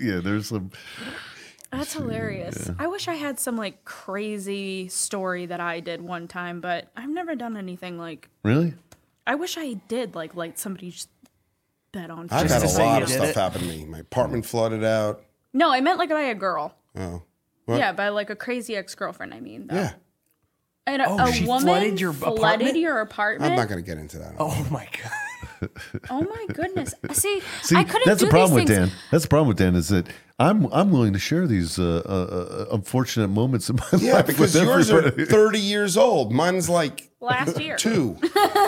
Speaker 2: yeah, there's some.
Speaker 7: That's hilarious. I wish I had some like crazy story that I did one time, but I've never done anything like.
Speaker 2: Really?
Speaker 7: I wish I did like light somebody's bed on
Speaker 1: I've
Speaker 7: fire.
Speaker 1: had
Speaker 4: to
Speaker 1: a
Speaker 4: say
Speaker 1: lot
Speaker 4: you
Speaker 1: of
Speaker 4: did
Speaker 1: stuff
Speaker 4: it.
Speaker 1: happen to me. My apartment flooded out.
Speaker 7: No, I meant like by a girl.
Speaker 1: Oh. What?
Speaker 7: Yeah, by like a crazy ex girlfriend. I mean, though.
Speaker 1: Yeah.
Speaker 7: And a,
Speaker 4: Oh,
Speaker 7: a
Speaker 4: she
Speaker 7: woman
Speaker 4: flooded your
Speaker 7: flooded
Speaker 4: apartment?
Speaker 7: your apartment.
Speaker 1: I'm not gonna get into that.
Speaker 4: Oh my god.
Speaker 7: Oh my goodness! See,
Speaker 2: See,
Speaker 7: I couldn't
Speaker 2: that's
Speaker 7: do
Speaker 2: the problem
Speaker 7: these
Speaker 2: with
Speaker 7: things.
Speaker 2: Dan. That's the problem with Dan is that I'm I'm willing to share these uh, uh, uh, unfortunate moments in my
Speaker 1: Yeah,
Speaker 2: life
Speaker 1: because
Speaker 2: with
Speaker 1: yours are
Speaker 2: everybody.
Speaker 1: 30 years old. Mine's like
Speaker 7: Last year,
Speaker 1: two.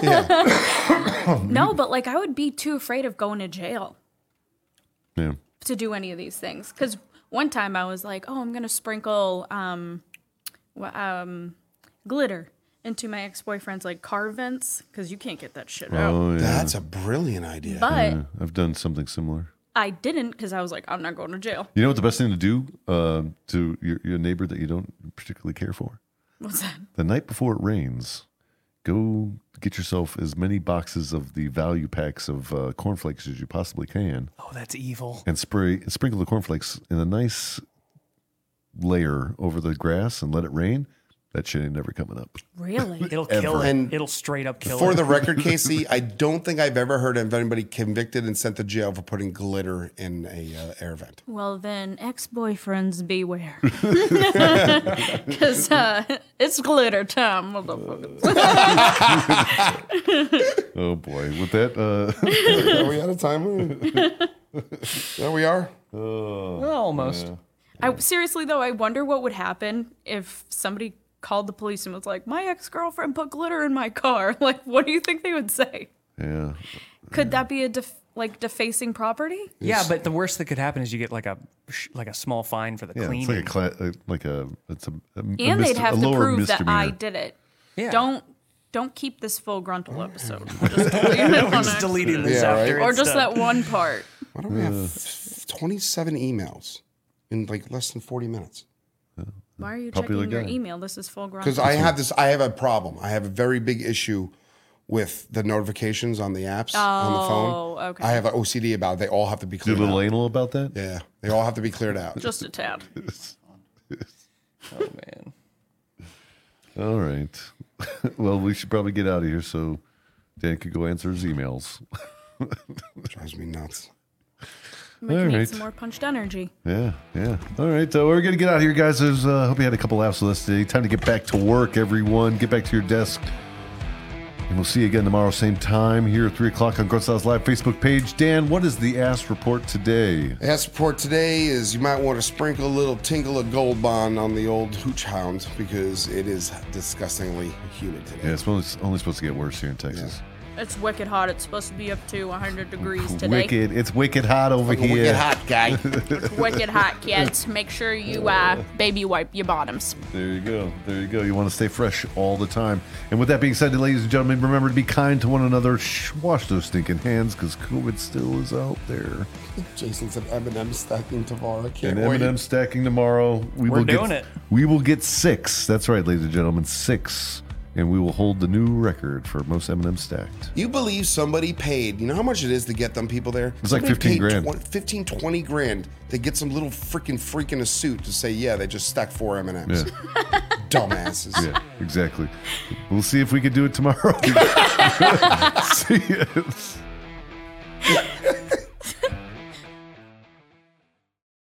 Speaker 1: Yeah.
Speaker 7: no, but like I would be too afraid of going to jail
Speaker 2: Yeah.
Speaker 7: to do any of these things. Because one time I was like, "Oh, I'm gonna sprinkle um, wha- um, glitter into my ex-boyfriend's like car vents because you can't get that shit out."
Speaker 2: Oh yeah.
Speaker 1: That's a brilliant idea.
Speaker 7: But
Speaker 2: Yeah, I've done something similar.
Speaker 7: I didn't because I was like, "I'm not going to jail."
Speaker 2: You know what the best thing to do uh, to your, your neighbor that you don't particularly care for?
Speaker 7: What's that?
Speaker 2: The night before it rains, go get yourself as many boxes of the value packs of uh, cornflakes as you possibly can,
Speaker 4: Oh, that's evil.
Speaker 2: and spray and sprinkle the cornflakes in a nice layer over the grass and let it rain. That shit ain't never coming up.
Speaker 7: Really?
Speaker 4: It'll kill it.
Speaker 1: And
Speaker 4: It'll straight up kill
Speaker 1: For
Speaker 4: it.
Speaker 1: the record, Casey, I don't think I've ever heard of anybody convicted and sent to jail for putting glitter in a uh, air vent.
Speaker 7: Well, then, ex boyfriends beware. Because uh, it's glitter time, motherfuckers.
Speaker 2: Oh boy, with that, uh,
Speaker 1: Are we out of time? Uh, there we are.
Speaker 4: Well, almost.
Speaker 7: I, seriously, though, I wonder what would happen if somebody called the police and was like, my ex girlfriend put glitter in my car. Like, what do you think they would say?
Speaker 2: yeah,
Speaker 7: Could that be a def- like defacing property?
Speaker 4: Yeah, but the worst that could happen is you get like a sh- like a small fine for the
Speaker 2: yeah, it's
Speaker 4: cleaning.
Speaker 2: like a cla- uh, like a it's a, a a
Speaker 7: And
Speaker 2: misde-
Speaker 7: they'd have
Speaker 2: a
Speaker 7: to
Speaker 2: lower
Speaker 7: prove that I
Speaker 2: misdemeanor.
Speaker 7: did it.
Speaker 4: Yeah.
Speaker 7: Don't don't keep this full gruntal episode. Just delete it on
Speaker 4: just
Speaker 7: accident.
Speaker 4: deleting this
Speaker 1: Yeah,
Speaker 4: after.
Speaker 1: right?
Speaker 7: or
Speaker 4: it's
Speaker 7: just
Speaker 4: done.
Speaker 7: that one part.
Speaker 1: Why don't we have f- 27 emails in like less than 40 minutes?
Speaker 7: Why are you
Speaker 2: Popular
Speaker 7: checking your
Speaker 2: guy.
Speaker 7: email? This is full gruntal.
Speaker 1: Because I have this, I have a problem. I have a very big issue with the notifications on the apps on the phone.
Speaker 7: Oh, okay.
Speaker 1: I have an OCD about it. They all have to be
Speaker 2: You
Speaker 1: cleared
Speaker 2: a little
Speaker 1: out.
Speaker 2: anal about that?
Speaker 1: Yeah, they all have to be cleared out.
Speaker 7: Just a tad.
Speaker 4: Oh man.
Speaker 2: All right. well, we should probably get out of here so Dan could go answer his emails.
Speaker 1: drives me nuts.
Speaker 2: All
Speaker 7: We can
Speaker 2: right.
Speaker 7: need some more punched energy.
Speaker 2: Yeah, yeah. All right, so we're gonna get out of here, guys. There's, uh, hope you had a couple laughs with us today. Time to get back to work, everyone. Get back to your desk, and we'll see you again tomorrow, same time here at three o'clock on Grunstyle's live Facebook page. Dan, what is the ass report today?
Speaker 1: Ask report today is you might want to sprinkle a little tinkle of gold bond on the old hooch hound because it is disgustingly humid today.
Speaker 2: Yeah, it's only, it's only supposed to get worse here in Texas.
Speaker 7: It's wicked hot. It's supposed to be up to 100 degrees today.
Speaker 2: Wicked, it's wicked hot over
Speaker 1: Like a
Speaker 2: here.
Speaker 1: wicked hot guy.
Speaker 7: It's wicked hot, kids. Make sure you uh, baby wipe your bottoms.
Speaker 2: There you go. There you go. You want to stay fresh all the time. And with that being said, ladies and gentlemen, remember to be kind to one another. Shh, wash those stinking hands because COVID still is out there.
Speaker 1: Jason said Eminem stacking Tavara. Can't
Speaker 2: And
Speaker 1: wait.
Speaker 2: M&M stacking tomorrow. We
Speaker 4: We're
Speaker 2: will
Speaker 4: doing
Speaker 2: get,
Speaker 4: it.
Speaker 2: We will get six. That's right, ladies and gentlemen, six. And we will hold the new record for most M&M stacked.
Speaker 1: You believe somebody paid, you know how much it is to get them people there?
Speaker 2: It's like
Speaker 1: Somebody
Speaker 2: 15
Speaker 1: paid
Speaker 2: grand.
Speaker 1: 20, 15, 20 grand to get some little freaking freak in a suit to say, yeah, they just stacked four M&Ms. Dumbasses.
Speaker 2: Yeah, exactly. We'll see if we can do it tomorrow. see you.